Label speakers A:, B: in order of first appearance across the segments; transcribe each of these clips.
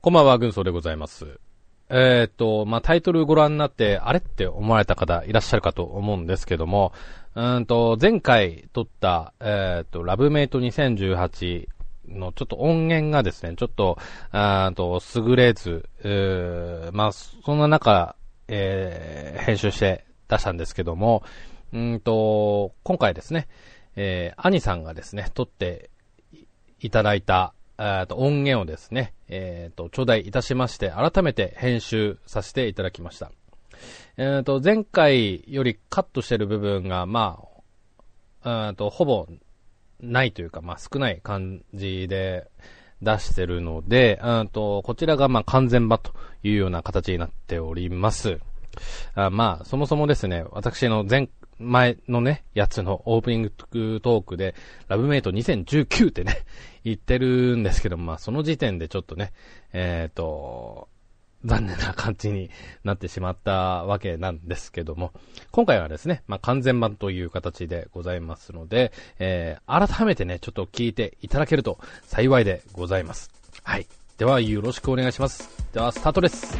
A: こんばんは、軍曹でございます。えーっと、まあ、タイトルご覧になって、あれって思われた方いらっしゃるかと思うんですけども、うーんと、前回撮った、えーっと、ラブメイト2018のちょっと音源がですね、ちょっと、あーっと、優れず、えーまあ、そんな中、えー編集して出したんですけども、うーんと、今回ですね、えー、兄さんがですね、撮っていただいた、えーと音源をですね、えーと、頂戴いたしまして、改めて編集させていただきました。えーと、前回よりカットしてる部分が、まあ、えーと、ほぼないというか、まあ、少ない感じで出してるので、うんと、こちらがまあ完全版というような形になっております。あまあ、そもそもですね、私の前、前のね、やつのオープニングトークで、ラブメイト2019ってね、 言ってるんですけど、まあ、その時点でちょっとね、えっ、と、残念な感じになってしまったわけなんですけども、今回はですね、まあ、完全版という形でございますので、えー、改めてね、ちょっと聞いていただけると幸いでございます。はい。では、よろしくお願いします。では、スタートです。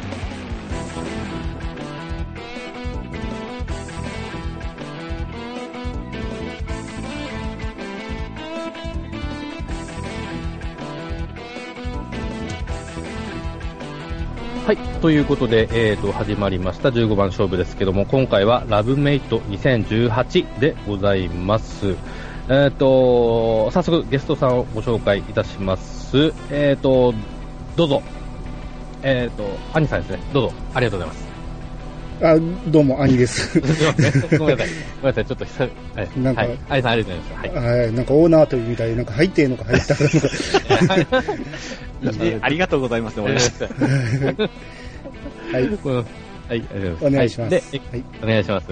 A: はい。ということで、えー、と、始まりました15番勝負ですけども、今回はラブメイト2018でございます。えっ、と、早速ゲストさんをご紹介いたします。えっ、と、どうぞ。えっ、と、兄さんですね。どうぞ。ありがとうございます。
B: あ、どうも、兄です。
A: すいません。ごめんなさい。ごめんなさい。ちょっと久々
B: な
A: は
B: ん
A: い。
B: か
A: はい。兄さんありがとうございます。はい。
B: はい、なんかオーナーというみたいになんか入ってんのか入ったのか。
C: ありがとうございますね、
A: ごめんなさ
C: 俺。
A: い
B: はい、
A: ごめんなさいはい。ありがとうございます。
B: お願いします。
A: は
B: はい
A: で、お願いします。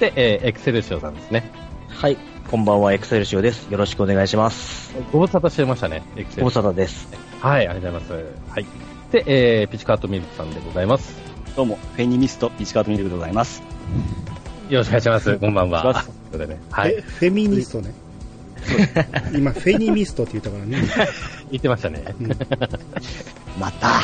A: で、えーエクセルシオさんですね。
D: はい、こんばんは、エクセルシオです。よろしくお願いします。
A: ご無沙汰してましたね、エクセ
D: ご
A: ル
D: 無沙汰です。
A: はい、ありがとうございます。はい。で、えー、ピチカートミルクさんでございます。
C: どうも、フェニミスト、ピチカートミルクでございます。
A: よろしくお願いします。こんばん
C: お願い
A: は。
C: し
A: ということでね。 はい
B: え。フェミニストね。今、フェニミストって言ったから ね。
A: 言ってましたね。
C: また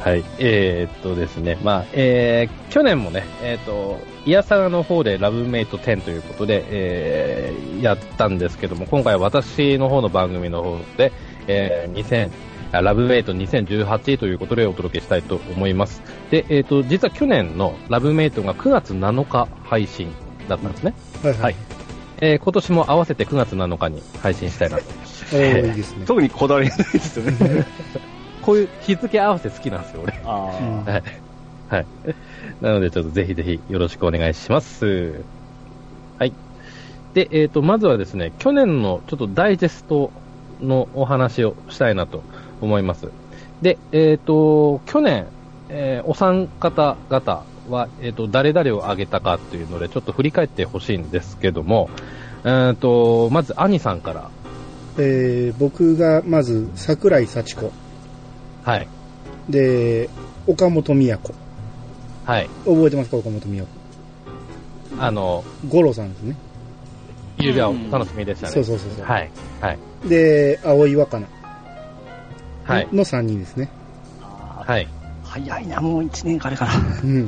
A: はい。えー、っとですね。まあ、えー、去年もね、えー、っと、イヤサガの方でラブメイト10ということで、えー、やったんですけども、今回は私の方の番組の方で、えー、2000、あラブメイト2018ということでお届けしたいと思います。で、えー、っと、実は去年のラブメイトが9月7日配信だったんですね。
B: はい
A: はい。。えー今年も合わせて9月7日に配信したいなと。
B: おーいいですね。
C: 特にこだわりないですよ ね。
A: こういう日付合わせ好きなんですよ、俺。
C: あ
B: うん
A: はい。はい。なので、ちょっとぜひぜひよろしくお願いします。はい。で、えっ、と、まずはですね、去年のちょっとダイジェストのお話をしたいなと思います。で、えっ、と、去年、えーお三方々は、えっ、と、誰々を挙げたかというので、ちょっと振り返ってほしいんですけども、えっ、と、まず、兄さんから、
B: えー僕がまず、桜井幸子。
A: はい。
B: で、岡本美也子。
A: はい。
B: 覚えてますか、岡本美也
A: あの、
B: 子。五郎さんですね。
A: 指輪を楽しみでしたね。
B: そうそうそうそう。
A: はい。はい。
B: で、青井若菜
A: はい。
B: の3人ですね。
C: あ
A: はい。
C: 早いな、もう1年かあれかな。
B: うん。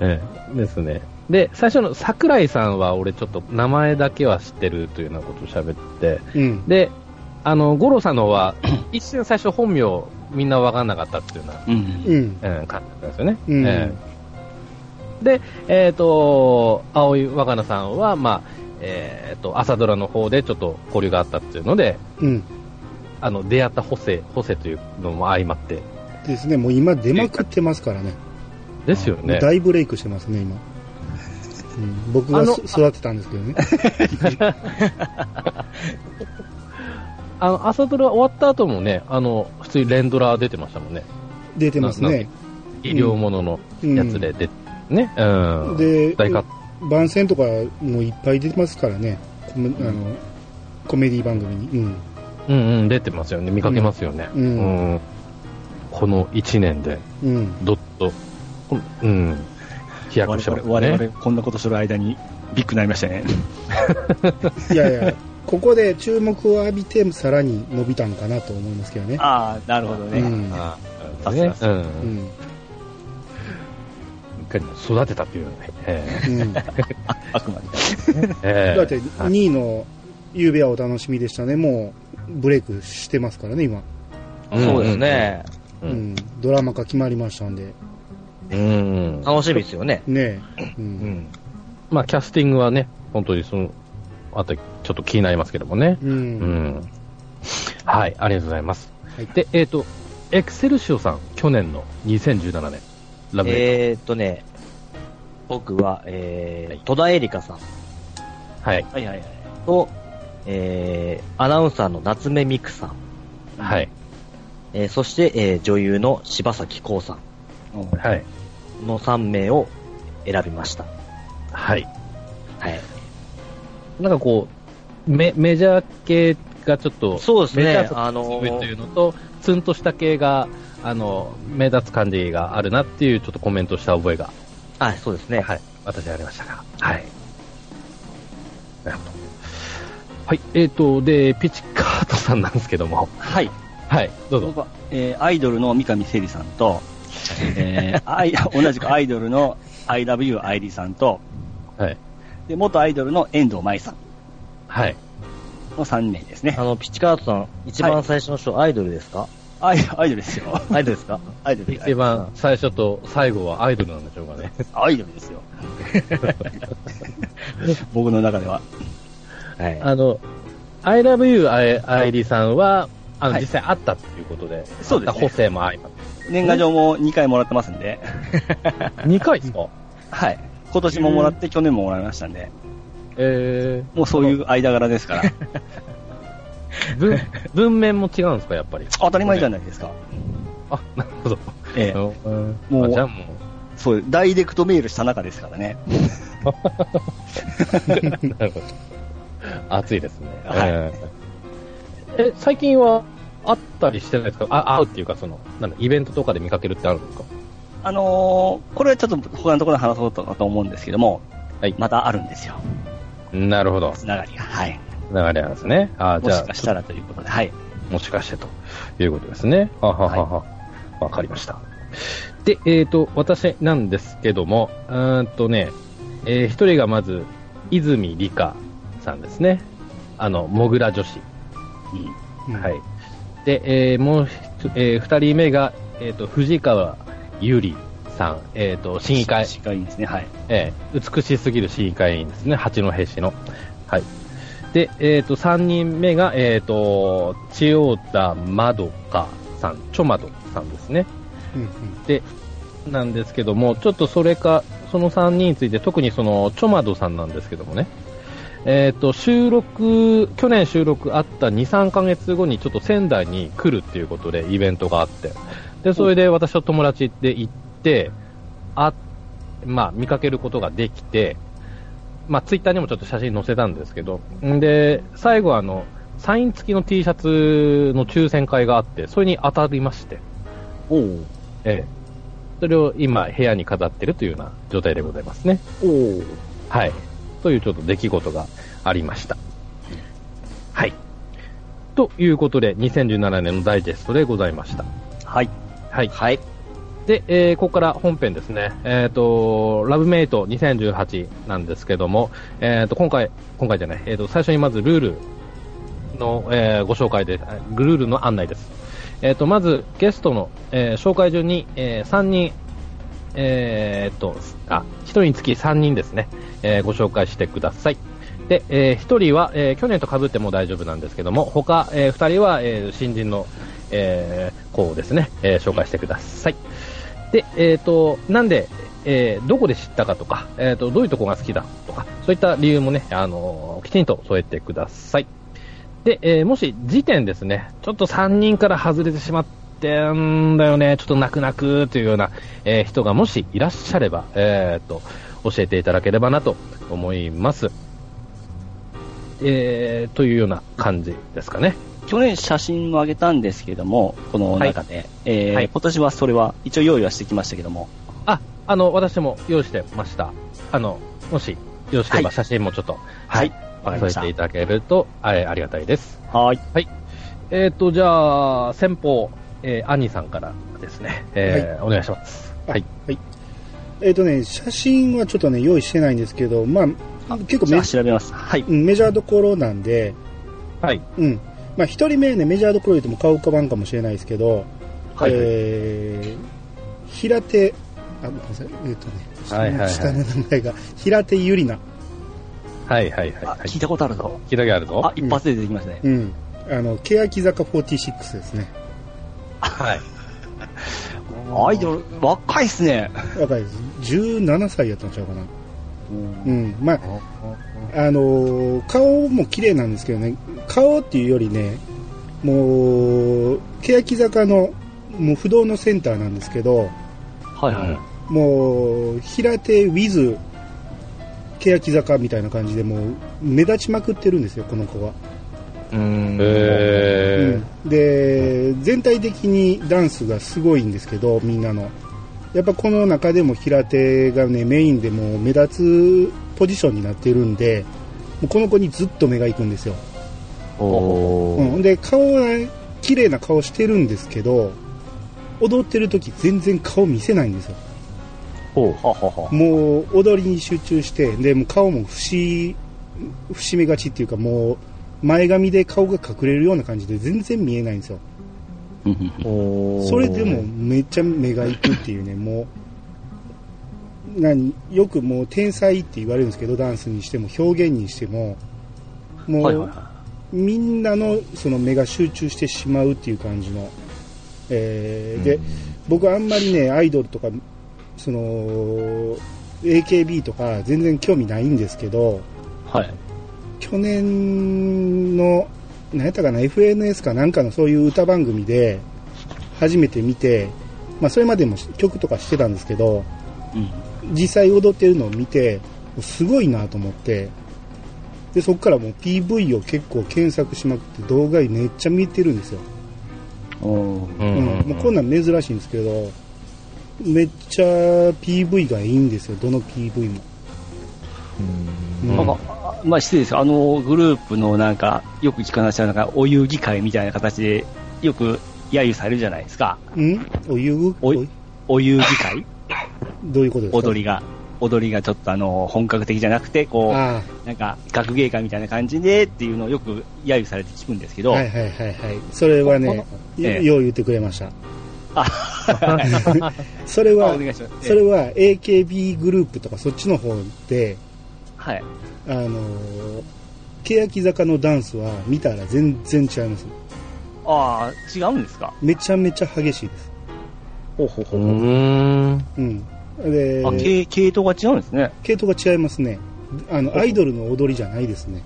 A: ええですね。で、最初の桜井さんは俺ちょっと名前だけは知ってるというようなことを喋って、
B: うん。
A: で、あの、五郎さんの方 は一瞬最初本名みんなわかんなかったっていうような
C: うん。
B: うん。
A: うん、感じなんですよね。
B: うん
A: ええで、えっ、と、青井若菜さんは、まあ、えっ、と、朝ドラの方でちょっと交流があったっていうので、
B: うん。
A: あの、出会った補正、補正というのも相まって。
B: ですね、もう今出まくってますからね。
A: ですよね。
B: 大ブレイクしてますね、今。うん、僕
A: あ
B: が
A: の
B: そ育てたんですけどね。
A: あの、朝ドラ終わった後もね、あの、普通に連ドラ出てましたもんね。
B: 出てますね。
A: 医療ものの
B: うん
A: やつで、で、ね、うん。
B: で、
A: 大活
B: 番宣とかもういっぱい出てますからね。コメあのコメディ番組に。うん。
A: うんうん、出てますよね。見かけますよね。
B: う。
A: うんん。この1年で、
B: うん。
A: どっと、うん、飛躍
C: 我
A: してます
C: 々、
A: ね。
C: 我々こんなことする間にビッグになりましたね。
B: いやいや、ここで注目を浴びて、さらに伸びたんかなと思いますけどね。
C: ああ、なるほどね。
B: うん
A: あ
D: あ
A: ね、。
D: そううん
B: うん。
A: 一回育てたっていうね。え
B: うん。だ
C: あくまで。
A: ー えー
B: って、
A: はい
B: 2位の夕べはお楽しみでしたね。もう、ブレイクしてますからね、今。
A: うん
D: そうですね。
B: う。
A: うんん
B: ドラマ化決まりましたんで。
A: うん。
D: 楽しみですよね。
B: ねえ。う。
D: うんん。
A: まあ、キャスティングはね、本当にその、あと、ちょっと気になりますけどもね。
B: う。
A: うんん。はい、ありがとうございます。
B: はい
A: で、えっ、と、エクセルシオさん、去年の2017年、ラブレイ
D: えーっとね、僕は、え
A: はい
D: ー、戸田恵梨香さん
A: トはい、
C: はいはいはい。
D: と、えー、アナウンサーの夏目美久さん、
A: はい、
D: えー、そして、えー、女優の柴咲コウさ
C: うん
A: はい、
D: んの3名を選びました。
A: はい。
D: はい。
A: なんかこう、メメジャー系がちょっと、
D: そうです
A: メジャ
D: ね
A: ー、色
D: あの
A: 強いというのと、ツンとした系が、あの、目立つ感じがあるなっていうちょっとコメントした覚えが、
D: はい、そうですね。
A: はい、私ありましたが、はい。なるほど。はい、えっ、と、で、ピチカートさんなんですけども、
C: はい。
A: はい、どうぞ。
C: 僕は、えーアイドルの三上聖里さんと、えーアイ 同じくアイドルの I love you 愛理さんと、
A: はい、
C: で、元アイドルの遠藤舞さん
A: はい。
C: の3名ですね
D: あ。の、ピチカートさん、一番最初の人、アイドルですか
C: アイアイドルですよ。
D: アイドルですか
C: アイドルです
A: 一番最初と最後はアイドルなんでしょうかね。
C: アイドルですよ。 僕の中では。
D: はい。
A: あの、I love you アイリさんは、あの、
C: はい
A: 実際あったっていうことで、
C: そうで
A: あ
C: すね
A: った補正も相まっ
C: 年賀状も2回もらってますんで、
A: て。2回ですか
C: はい。今年ももらって、去年ももらいましたんで、
A: え
C: もうそういう間柄です から、
A: ー、文、文面も違うんですか、やっぱり。
C: 当たり前じゃないですか。
A: あ、なるほど。
C: ええ、
A: も
C: も
A: う、
C: う
A: じゃあもう、
C: そう、ダイレクトメールした中ですからね。
A: なるほど。暑いですね。
C: はい
A: えーえ、最近は、会ったりしてないですかあ、会うっていうか、その、なんだ、イベントとかで見かけるってあるんですか
C: あのーこれはちょっと他のところで話そうとかと思うんですけども、
A: はい
C: またあるんですよ。
A: なるほど。
C: つながりが。はい。
A: 流れなんですね。あー
C: も
A: じゃあ
C: しか、したらということで、はい。
A: もしかしてということですね。はははは。わ、かりました。で、えっ、と、私なんですけども、うーんとね、えー一人がまず、泉理香さんですね。あの、モグラ女子。
B: うん
A: はい。で、えーもうひつ、えー二人目が、えっ、と、藤川ゆりさん。えっ、と、審議会、
C: 市議会ですね、はい。
A: えー美しすぎる市議会員ですね、八戸市の。はい。で、えっ、と、三人目が、えっ、と、千代田まどかさん、ちょまどさんですね。
B: うん
A: なんですけども、ちょっとそれか、その3人について、特にその、チョマドさんなんですけどもね、えっ、と、収録、去年収録あった2、3ヶ月後にちょっと仙台に来るっていうことでイベントがあって、で、それで私と友達で行って、あ、まあ、見かけることができて、まあ、ツイッターにもちょっと写真載せたんですけど、んで、最後あの、サイン付きの T シャツの抽選会があって、それに当たりまして、
C: おお。
A: ええ、それを今、部屋に飾ってるというような状態でございますね。
C: おお。
A: はい。というちょっと出来事がありました。はい。ということで、2017年のダイジェストでございました。
C: はい。
A: はい。
D: はい。
A: で、えーここから本編ですね。えっ、と、ラブメイト2018なんですけども、えっ、と、今回、今回じゃない、えっ、と、最初にまずルールの、えーご紹介で、あルールの案内です。えっ、と、まずゲストの、えー紹介順に、え3人、えっ、と、あ、1人につき3人ですね、えーご紹介してください。で、え1人は、えー去年と被っても大丈夫なんですけども、他、え2人は、えー新人の、えー子をですね、えー紹介してください。で、えっ、と、なんで、えーどこで知ったかとか、えっ、と、どういうとこが好きだとか、そういった理由もね、あのーきちんと添えてください。で、えーもし時点ですね、ちょっと3人から外れてしまってんだよね、ちょっと泣く泣くというような、えー人がもしいらっしゃれば、えっ、と、教えていただければなと思います。えー、というような感じですかね。
C: 去年写真をあげたんですけども、この中で、えー
A: はい
C: 今年はそれは一応用意はしてきましたけども、
A: あ、あの、私も用意してました。あの、もし、よろしければ
C: はい
A: 写真もちょっと、
C: は
A: はいい、
C: わかり
A: 添
C: ま
A: え
C: した
A: ていただけると、えーありがたいです。
C: はーい。
A: えっ、と、じゃあ、先方、えー、兄さんからですね、えーお願いします。はい。
B: えっ、とね、写真はちょっとね、用意してないんですけど、まあ、結構
C: じゃ
B: メ
C: あ調べます。はい。
B: うんメジャーどころなんで、
A: はい。
B: うん。まあ、一人目ね、メジャーどころ言っても顔浮かばんかもしれないですけど、
A: はい
B: えー、平手、あ、ごめんなさい、えっ、とね、
A: はいはいはい
B: 下の名前が、平手ゆりな。
A: はいはいはい、
C: あ
A: はい。
C: 聞いたことあるぞ。
A: 聞いた気あるぞ
C: あ。、一発で出てきますね。
B: うん。あの、欅坂46ですね。
A: はい。
C: アイドル、若いっすね。
B: 若いです。17歳やったんちゃうかな。うん。まあ、あのー顔も綺麗なんですけどね、顔っていうよりね、もう、欅坂の、もう不動のセンターなんですけど、
C: はいはい。
B: もう、平手 with 欅坂みたいな感じで、もう、目立ちまくってるんですよ、この子は。
D: うーん。
A: え
B: うんで、全体的にダンスがすごいんですけど、みんなの。やっぱこの中でも平手がね、メインでもう目立つポジションになってるんで、もうこの子にずっと目が行くんですよ。
D: おー。
B: うん、で顔はね綺麗な顔してるんですけど踊ってる時全然顔見せないんですよ
D: ほう。ははは。
B: もう踊りに集中してでもう顔も節節目がちっていうかもう前髪で顔が隠れるような感じで全然見えないんですよ
C: うんうんうん
D: おー。
B: それでも、めっちゃ目がいくっていうねもう何よくもう天才って言われるんですけどダンスにしても表現にしてももう、
C: はいはいはい。
B: みんなのその目が集中してしまうっていう感じの、えーで、僕あんまりねアイドルとかその AKB とか全然興味ないんですけど
C: はい。
B: 去年の何やったかな FNS かなんかのそういう歌番組で初めて見て、まあ、それまでも曲とかしてたんですけど
C: うん
B: 実際踊ってるのを見てすごいなと思ってでそこからもう PV を結構検索しまくって動画めっちゃ見てるんですよ、
C: おー
A: うん
B: うん
A: うん
B: もうこんなん珍しいんですけどめっちゃ PV がいいんですよどの PV も、
D: うん
B: うん
C: なんかあまあ、失礼ですがあのグループのなんか、よく聞かなしゃなんか、お遊戯会みたいな形で、よく揶揄されるじゃないですか。
B: うんお湯ぐ
C: おいお遊戯会
B: どういうことですか
C: 踊りが。踊りがちょっとあの、本格的じゃなくて、こ
B: ああ
C: う、なんか、学芸会みたいな感じでっていうのをよく揶揄されて聞くんですけど、
B: はいはいはいはい。それはね
C: こ、
B: よ
C: ええ
B: よう言ってくれました。
C: あ
B: それ
C: あ
B: は
C: お、願いします。
B: それは AKB グループとかそっちの方で、
C: はい。
B: あのー、欅坂のダンスは見たら全然違います。
C: ああ、違うんですか
B: めちゃめちゃ激しいです。
C: ほうほうほ
A: う
C: う。
A: ん。
B: うん。で
C: あ、、系系統が違うんですね。
B: 系統が違いますね。あの、アイドルの踊りじゃないですね。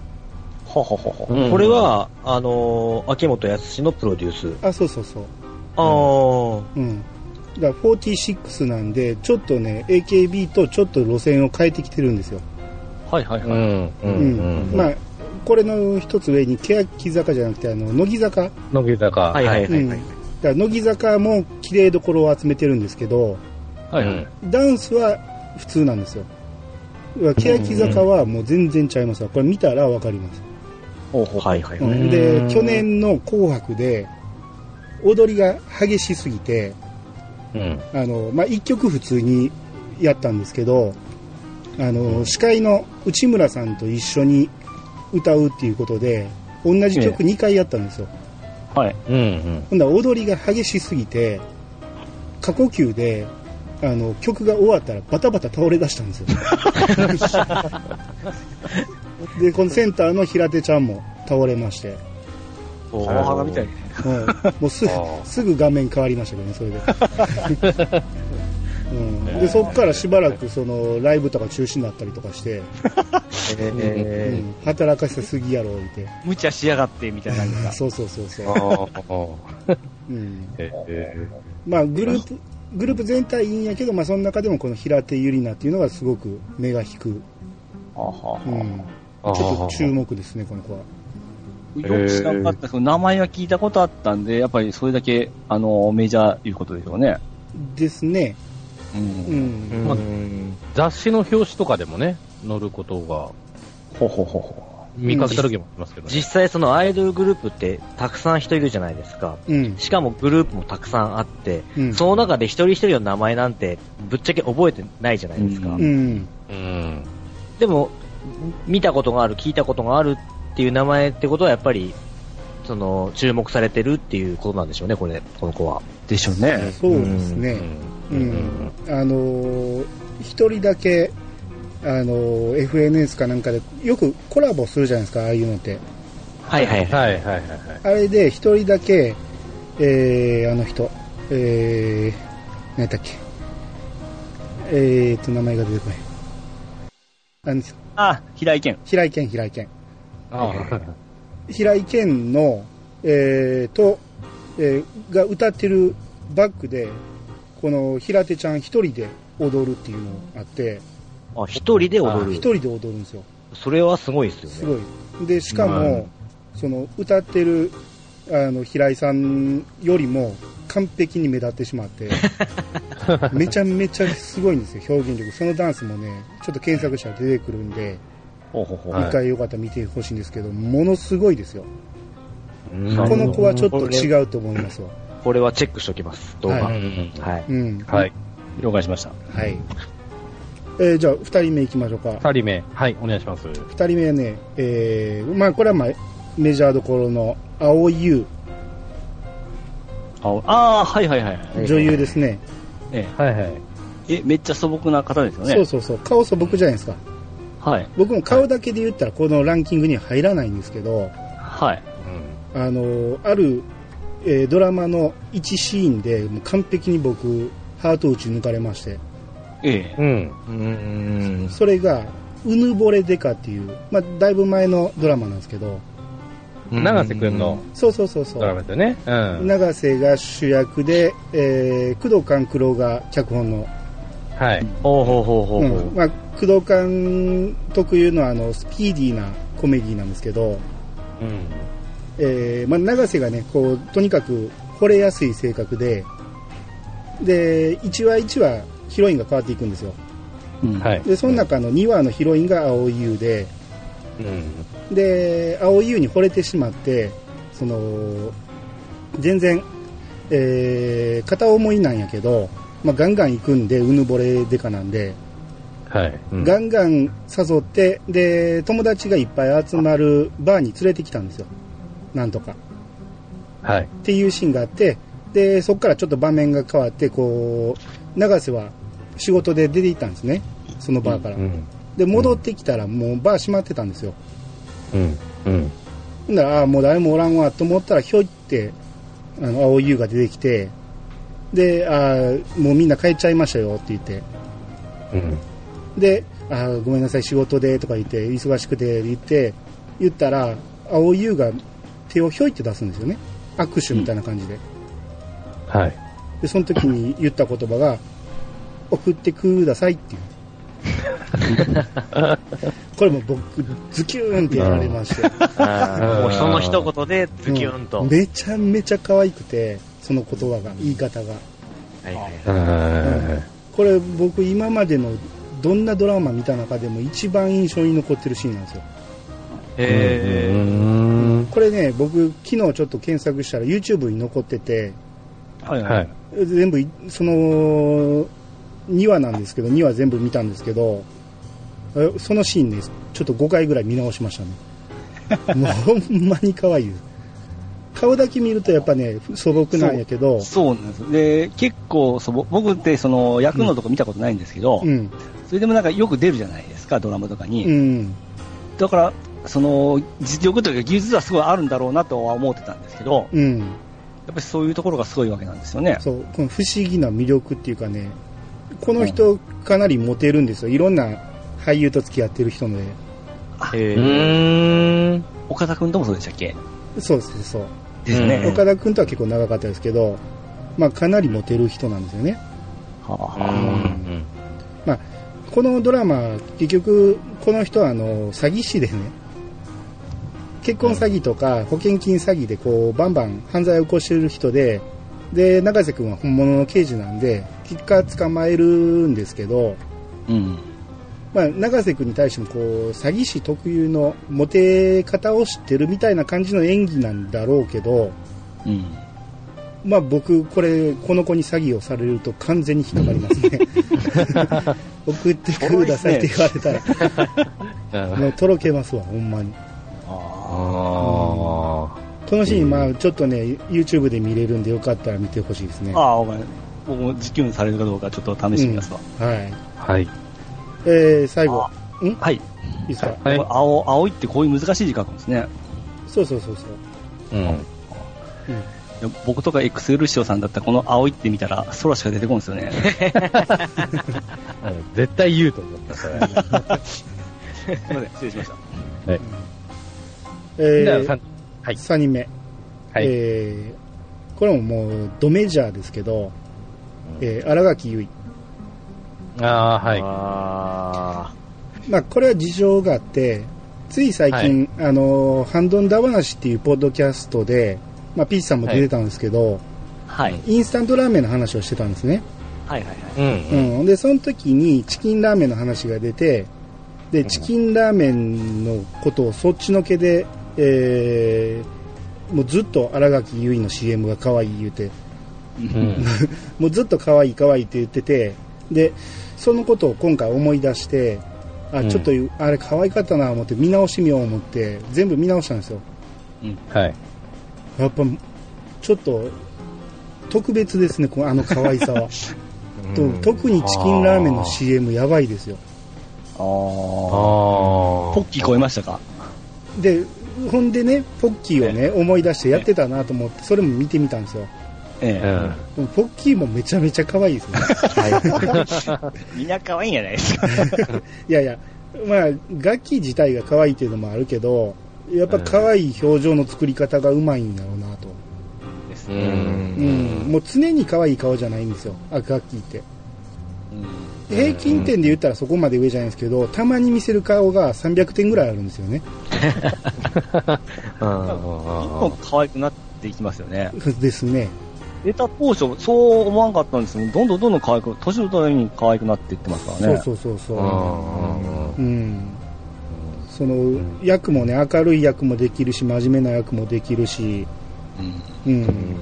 C: ほうほうほうほう。
A: うん
D: これ、は、あのー、秋元康のプロデュース。
B: あ、そうそうそう。
D: あー。
B: うん。だから46なんで、ちょっとね、AKB とちょっと路線を変えてきてるんですよ。
C: はいはいは
A: う
C: い。
A: ん。う。
B: うん
A: うん。
B: まあ、これの一つ上に、欅坂じゃなくて、あの、乃木坂。だか
A: 乃木坂。
D: はいはいはいはい。
B: ら乃木坂も綺麗どころを集めてるんですけど、
C: はいうは
A: ん
C: い。
B: ダンスは普通なんですよ。欅坂はもう全然ちゃいますわ。これ見たらわかります。
D: ほうほう。はいはい
B: うん
D: はい。
B: で
A: うん、
B: 去年の紅白で、踊りが激しすぎて、
A: うん。
B: あの、まあ、一曲普通にやったんですけど、あの、司会の内村さんと一緒に歌うっていうことで、同じ曲2回やったんですよ。
C: はい。
A: うん。うん。
B: ほんだら踊りが激しすぎて、過呼吸で、あの、曲が終わったらバタバタ倒れ出したんですよ。で、このセンターの平手ちゃんも倒れまして、
D: パ
C: パワハラみたい。
B: うんもうすぐ
A: あー
B: すぐ画面変わりましたけどね、そ れで。うん、でそこからしばらくそのライブとか中止になったりとかして、う
D: え
B: ん働かせすぎやろ言うて
C: 無茶しやがってみたいな感じ
B: そうそうそうそう、うん、
A: えー
B: まあグループグループ全体いいんやけど、まあ、その中でもこの平手友梨奈っていうのがすごく目が引く、
C: が。はは
B: う
C: は
B: ん、ちょっと注目ですねこの子は
C: よく知らなかったですけど、名前は聞いたことあったんで、やっぱりそれだけ、あの、メジャーいうことでしょうね。
B: ですね、
C: う。
B: うんん
D: うん。
A: 雑誌の表紙とかでもね、載ることが
C: ほうほうほうほ
A: 見かけた時もありますけどね。
D: 実際そのアイドルグループってたくさん人いるじゃないですか。
B: うん。
D: しかもグループもたくさんあって、
B: うん
D: その中で一人一人の名前なんてぶっちゃけ覚えてないじゃないですか。
C: う
B: うん。
A: うん。
D: でも、見たことがある、聞いたことがあるっていう名前ってことはやっぱり、その、注目されてるっていうことなんでしょうね、これ、この子は。
C: でしょうね。
B: そうですね。
A: う
B: うんん。あのー一人だけ、あのー FNS かなんかで、よくコラボするじゃないですか、ああいうのって。
D: はいはいはい。
A: はいはいはいはい。
B: あれで一人だけ、えー、あの人、えー、何やったっけ。えーと、名前が出てこない。あの
C: あ、平井健。
B: 平井健、平井健。
A: ああ
B: 平井堅の、えーと、えーが歌ってるバックで、この平手ちゃん一人で踊るっていうのがあって、
D: あ、一人で踊
A: あ
B: 一
D: る。
B: 人で踊るんですよ。
D: それはすごいですよね。
B: すごい。で、しかも、その歌ってる、あの、平井さんよりも完璧に目立ってしまって、めちゃめちゃすごいんですよ、表現力。そのダンスもね、ちょっと検索したら出てくるんで、
D: ほうほうほう
A: はい
B: 一回よかったら見てほしいんですけど、ものすごいですよ。
A: うん
B: この子はちょっと違うと思いますわ。
D: これはチェックしておきます、動画。
B: は
D: はいい。
B: うん。
A: はい。
C: 了解しました。
B: はい。えーじゃあ、二人目行きましょうか。
A: 二人目。はい、お願いします。
B: 二人目はね、えーまあ、これはまあ、メジャーどころの、青井優、
C: ああー、はいはいはい。
D: はい
B: 女優ですね。
C: え
A: はいはい。
C: え、めっちゃ素朴な方ですよね。
B: そうそうそう、顔素朴じゃないですか。
C: はい。
B: 僕も顔だけで言ったら、このランキングには入らないんですけど、
C: はい。
B: あのーある、えードラマの一シーンで、もう完璧に僕、ハート打ち抜かれまして、
C: ええ。
A: うん。うん。
D: うんうん
B: それが、うぬぼれデカっていう、まあ、だいぶ前のドラマなんですけど、
D: うん。
A: 長瀬くんの
B: そうそうそうそう。
A: ドラマですよね。うん。
B: 永瀬が主役で、えー、工藤官九郎が脚本の、
A: はい。
D: ほうほうほうほうほ
B: うんまあ、工藤官特有のあのスピーディーなコメディーなんですけど、
A: うん。
B: えーまあ、永瀬がねこうとにかく惚れやすい性格でで1話1話ヒロインが変わっていくんですよ
C: うん
A: はい。
B: でその中の2話のヒロインが蒼井優で
A: うん。
B: で蒼井優に惚れてしまってその全然、えー片思いなんやけど、まあ、ガンガン行くんでうぬぼれデカなんで、
A: はい。うん
B: ガンガン誘ってで友達がいっぱい集まるバーに連れてきたんですよなんとか
A: はい。
B: っていうシーンがあってでそこからちょっと場面が変わってこう永瀬は仕事で出て行ったんですねそのバーから、
A: うん。
B: で戻ってきたらもうバー閉まってたんですよ
A: うん。うん。
B: ほんだらああもう誰もおらんわと思ったらひょいってあの青い優が出てきてでああもうみんな帰っちゃいましたよって言って
A: うん。
B: であーごめんなさい仕事でとか言って忙しくて言って言ったら蒼井優が手をひょいって出すんですよね握手みたいな感じで、
A: はい。
B: でその時に言った言葉が「送ってください」っていうこれも僕ズキューンってやられまして
D: う。もうその一言でズキュンと。
B: めちゃめちゃ可愛くてその言葉が言い方が
D: はいはいはい
A: うん。
B: これ僕今までのどんなドラマ見た中でも一番印象に残ってるシーンなんですよ
A: う
C: え
A: ん。
B: これね、僕、昨日ちょっと検索したら YouTube に残ってて、
C: え。はい
A: は
C: はいい。。
B: 全部い、その、2話なんですけど、2話全部見たんですけど、えそのシーンね、ちょっと5回ぐらい見直しましたね。 もうほんまに可愛いです。顔だけ見るとやっぱね、素朴なんやけど、
C: そうなんです。で、結構そぼ、僕ってその役のとこ見たことないんですけど、
B: うん、
C: それでもなんかよく出るじゃないですか、ドラマとかに。
B: うん、
C: だから、その、実力というか技術はすごいあるんだろうなとは思ってたんですけど、やっ
B: うん。
C: ぱりそういうところがすごいわけなんですよね。
B: そう、この不思議な魅力っていうかね、この人かなりモテるんですよ。いろんな俳優と付き合ってる人ので。
D: へ
A: う
D: ー
A: ん。
C: 岡田君ともそうでしたっけ
B: そうそうそう。
C: です
A: うん
C: ね。
B: 岡田君とは結構長かったですけど、まあ、かなりモテる人なんですよね。
C: はあ
A: う
C: はあ
A: ん。
B: このドラマ、結局、この人はあの詐欺師でね、結婚詐欺とか保険金詐欺でこうバンバン犯罪を起こしてる人で、で、永瀬君は本物の刑事なんで、結果捕まえるんですけど、
C: うん。
B: まあ、永瀬君に対してもこう詐欺師特有のモテ方を知ってるみたいな感じの演技なんだろうけど、
C: うん。
B: まあ、僕これこの子に詐欺をされると完全に引っかかります ね送ってくださいって言われたら、もうとろけますわほんまに
A: あ
B: このシーン、まあ、ちょっとね YouTube で見れるんでよかったら見てほしいですね
C: ああ、お前、僕も自給されるかどうかちょっと試してみますわ。
B: はい
A: あ。はい。
B: えー、最後んい
C: はい。
B: いですか
A: はい
C: これ青、青いってこういう難しい字書くんですね。
B: そうそうそうそう
A: うん。
C: いや僕とか XL 師匠さんだったらこの青いって見たら空しか出てこんで すよね。
A: 絶対言うと思った、それ。
C: すいません、失礼しました。
B: え
A: じゃあ
B: ー
A: さ、はい
B: 3人目、
A: はい。
B: えーこれももうドメジャーですけど、えー、新垣結
A: ああ、はい。
D: あ
B: 衣、まあ、これは事情があってつい最近、あのーハンドンダ話っていうポッドキャストで、まあ、ピーチさんも出てたんですけど、
C: はい。
B: インスタントラーメンの話をしてたんですね、
C: はいはいはい。
A: うん。
B: うんでその時にチキンラーメンの話が出てでチキンラーメンのことをそっちのけで、えーもうずっと新垣結衣の CM が可愛い言うて
A: うん。
B: もうずっと可愛い可愛いって言ってて、で、そのことを今回思い出して、あ、
A: うん
B: ちょっと、あれ可愛かったな思って見直してみよう思って、全部見直したんですよ。
A: はい。
B: やっぱ、ちょっと、特別ですね、このあの可愛さ は。と特にチキンラーメンの CM やばいですよ。
C: ああ。
A: あ
C: ポッキー超えましたか
B: で、ほんでね、ポッキーをね、思い出してやってたなと思って、それも見てみたんですよ。
C: え
A: う
C: え。
A: ん。
B: でもポッキーもめちゃめちゃ可愛いですね。
C: みんな可愛いんじゃないですか。
B: いやいや、まあ、楽器自体が可愛いっていうのもあるけど、やっぱ可愛い表情の作り方がうまいんだろうなと。
C: です
A: う。
C: ね。
B: うんん。もう常に可愛い顔じゃないんですよ、あ楽器って。平均点で言ったらそこまで上じゃないんですけど、たまに見せる顔が300点ぐらいあるんですよね。
C: ど
D: あ。
C: んどん可愛くなっていきますよね。
B: ですね。
C: 出た当初、そう思わんかったんですけど、どんどんどんどん可愛く、年のために可愛くなっていってますから
B: そ
C: ね。
B: うそうそうそう。
A: うん。
B: うん、その役もね明るい役もできるし真面目な役もできるし、うん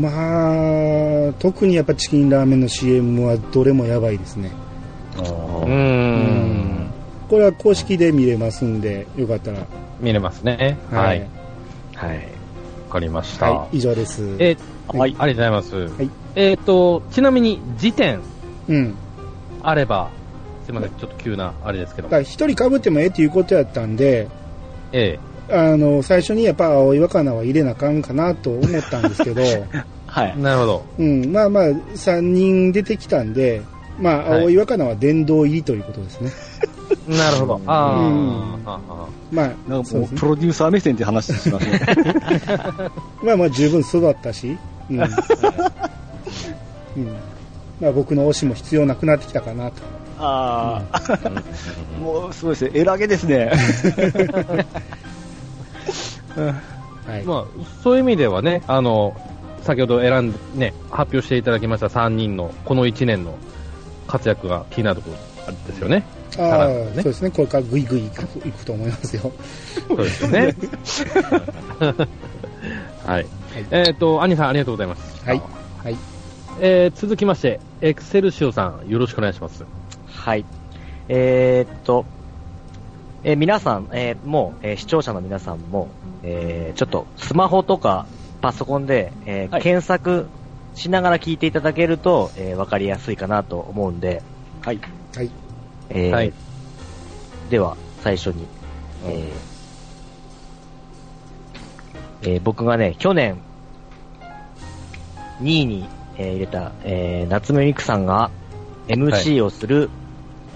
B: まあ特にやっぱチキンラーメンの CM はどれもやばいですね
A: う
C: ああ
A: ん。
B: これは公式で見れますんでよかったら
A: 見れますね。はい。
D: はい。
A: わかりました。
B: はい、以上です
A: え
C: は
A: はい
C: い。
A: ありがとうございます。
B: はい
A: えっ、と、ちなみに時点
B: うん
A: あれば、すいません、ちょっと急なあれですけど
B: だか。ら一人かぶってもええっていうことやったんで
A: え
B: あの最初にやっぱ青い若菜は入れなあかんかなと思ったんですけど
C: は
A: え
C: い。
A: なるほど。
B: うん、まあまあ、3人出てきたんで、まあ、
A: はい
B: 青い若菜は殿堂入りということですね。
A: なる ほど。あー
B: うん
A: あー。あ
B: まあ、
C: なんか
B: そうで
C: もう、
B: す
C: プ
B: ね。
C: ロデューサー目線って話しますね。
B: まあまあ、十分育ったし、うん。うん、まあ、僕の推しも必要なくなってきたかなと。
C: ああ、
A: ー
C: もうすごいですね。エラゲですね。
B: はい。
A: まあ、そういう意味ではね、あの、先ほど選んで、ね、発表していただきました3人の、この1年の活躍が気になるところですよね。
B: ああ、
A: ね
B: そうですね。これからぐいぐい行く行くと思いますよ。
A: そうですよね。 はい。えっ、と、アニさんありがとうございます。
B: はい。はい。
A: えー続きまして、エクセルシオさん、よろしくお願いします。
D: はい。えーっと、えー皆さん、えーもう、えー視聴者の皆さんも、えーちょっとスマホとかパソコンで、えー
C: はい
D: 検索しながら聞いていただけると、えーわかりやすいかなと思うんで、
C: はい。
B: はい。
D: えー
A: はい
D: では、最初に、えーえー僕がね、去年、2位に、えー入れた、えー夏目みくさんが MC をする、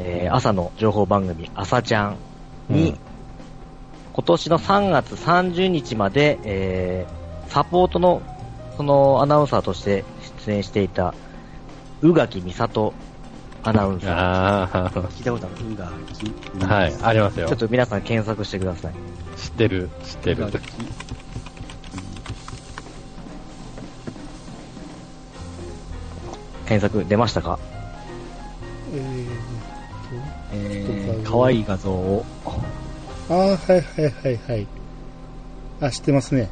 D: えー朝の情報番組、朝ちゃんに、
A: うん
D: 今年の3月30日まで、えーサポートの、そのアナウンサーとして出演していた、宇垣美里アナウンサー。
A: あ
C: 聞いたことある。が、
A: あ、はい、ありますよ
D: ちょっ。と皆さん検索してください。
A: 知ってる、知ってる。
D: 検索出ましたか
B: えー
C: え
B: と
C: 可愛い画像を。
B: ああ、はいはいはいはい。あ、知ってますね。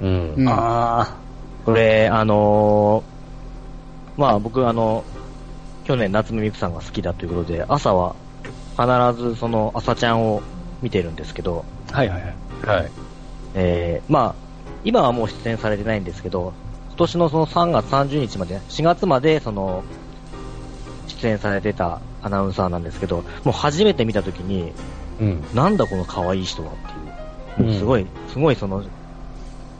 A: うん。
B: うん。あ
C: あ
D: これ、あのーまあ僕、あの、去年夏目みくさんが好きだということで、朝は必ずその朝ちゃんを見てるんですけど、
C: あ、はいはいはい。
A: はい。
D: えーまあ今はもう出演されてないんですけど、今年のその3月30日まで、4月までその、出演されてたアナウンサーなんですけど、もう初めて見たときに、
A: うん。
D: なんだこの可愛い人はっていうう、
A: ん
D: すごい、すごいその、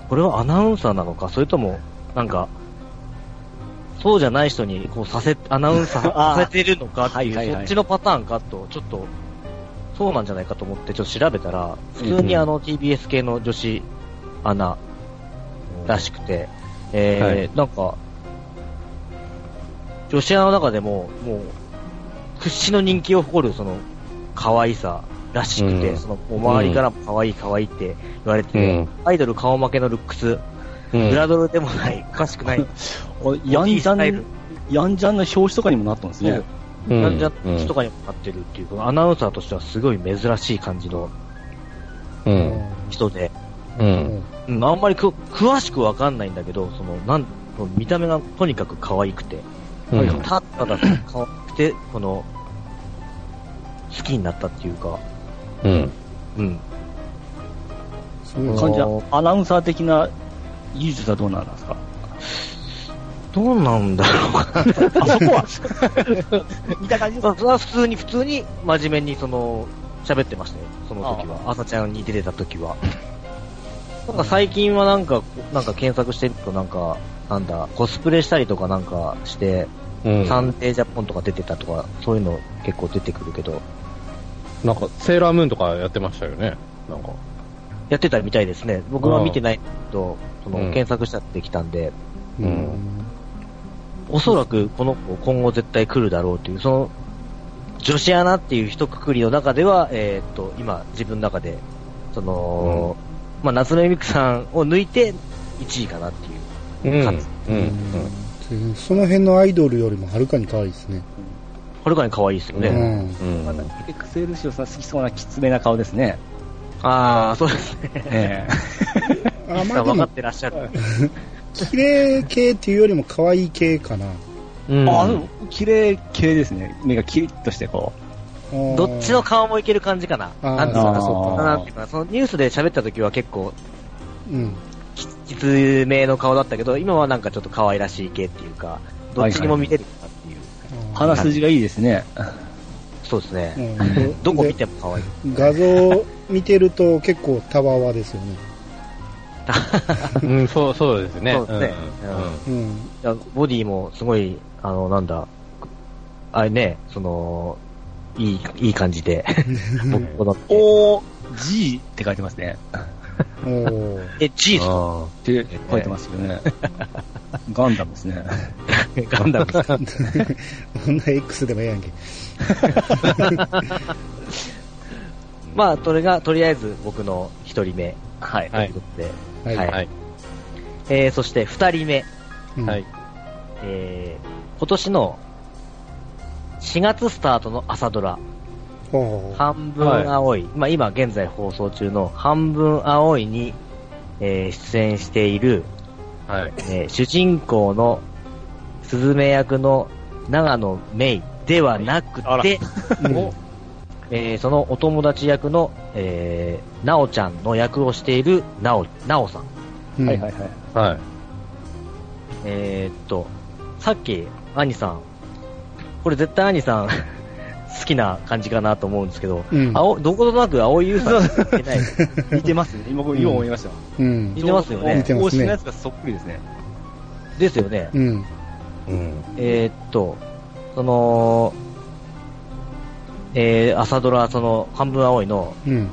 D: これはアナウンサーなのか、それとも、なんか、そうじゃない人にこうさせ、アナウンサー
C: あー
D: させてるのかっていう、
C: はいはいはい
D: そっちのパターンかと、ちょっと、そうなんじゃないかと思って、ちょっと調べたら、普通にあの TBS 系の女子アナらしくて、えー
A: はい
D: なんか、女子アナの中でも、もう、屈指の人気を誇る、その、可愛さらしくて、
A: うん
D: その、もう周りからも可愛い可愛いって言われてて、
A: うん
D: アイドル顔負けのルックス、
A: うん
D: グラドルでもない、おかしくない、
C: おヤンジャ
D: スタイル
C: ン、ヤンジャンの表紙とかにもなったんですね。
A: うん
D: なんじゃ人とかにもなってるっていう、このアナウンサーとしてはすごい珍しい感じの
A: うん。
D: 人で、
A: う。
B: うんん。
D: うん、あんまりく詳しくわかんないんだけど、その、なん、見た目がとにかく可愛くて、
A: う
B: はい
A: ん。
D: たただ可愛くて、この、好きになったっていうか、
A: うん。
D: うん。
B: すごい
D: うん
B: か
C: 感じ
D: お
C: アナウンサー的な技術はどうなんですか
D: どうなんだろうかな。
C: あそこは見た感じです
D: まあそれは普通に、普通に真面目にその、喋ってましたよ、その時は。朝ちゃんに出てた時は。なんか最近はなんか、なんか検索してるとなんか、なんだ、コスプレしたりとかなんかして、
A: うん。
D: サンデージャポンとか出てたとか、そういうの結構出てくるけど、
A: なんか、セーラームーンとかやってましたよね。なんか。
D: やってたみたいですね。僕は見てないと、その
A: うん
D: 検索したってきたんで、
A: うん
D: おそらくこの子今後絶対来るだろうという、その、女子アナっていう一括りの中では、えーっと、今自分の中で、その、まあ、夏目みくさんを抜いて1位かなっていう。
A: うん。うん。
B: うんその辺のアイドルよりもはるかに可愛いですね。
D: はるかに可愛いですよね。
B: うん
A: うん。うん。
C: エクセルシオさん好きそうなきつめな顔ですね。
D: ああ、そうですね。
C: え
B: あまあで
D: 分か
B: も
D: っ、てらっしゃる。
B: 綺麗系っていうよりも可愛い系かな。
A: う
C: え
A: ん。
C: あ、でも、綺麗系ですね。目がキリッとしてこ
B: ど
D: どっちの顔もいける感じかな。
B: あー
D: なんていうかな、
C: あー
D: そうなんていうかな、そのニュースで喋った時は結構、
B: うん。
D: ききつめの顔だったけど、今はなんかちょっと可愛らしい系っていうか、どっちにも見れるかなっていう。
C: う、鼻筋がいいですね。
D: そうです
B: う
D: ね。
B: ん
D: どこ見ても可愛い。
B: で画像見てると結構たわわですよね。
A: うん、そう、そうですね。
D: そうですね
A: うんうん
B: うん。
D: いやボディもすごい、あの、なんだ、あれね、その、いい、いい感 じで、僕だって。
C: OG って書いてますね。
B: おー
D: え、G ですか
A: あ
C: って書いてますよね。ガンダムですね。
D: ガンダムですか
B: こんな X でもええやんけ。
D: まあ、それが、とりあえず僕の一人目
C: は
A: は
C: い。
D: と
A: い
D: いうことで、
B: はい。
D: は
A: ーはい。
D: えー、そして二人目、
B: うん
A: はい。。
D: えー、今年の4月スタートの朝ドラ、
B: おー
D: 半分青い、まあ今現在放送中の半分青いに、えー出演している、
A: はい。
D: えー主人公のスズメ役の長野芽衣ではなく
C: あら
D: て、
B: うん
D: えーそのお友達役の、えー、なおちゃんの役をしているなお、なおさん。
B: うん
C: はいはいはい。
A: はい。
D: えーっと、さっき、兄さん、これ絶対兄さん 好きな感じかなと思うんですけど、
B: うん
D: 青どことなく青井優さんに似て ない。
C: 似てますね。今、僕よう思いましたわ。
B: うん
D: 似。てますよね
B: 似てますね
C: 推しのやつがそっくりですね。
D: ですよね。
B: うん。
A: うん。
D: えーっと、その、えー朝ドラ、その、半分青いの、
B: うん。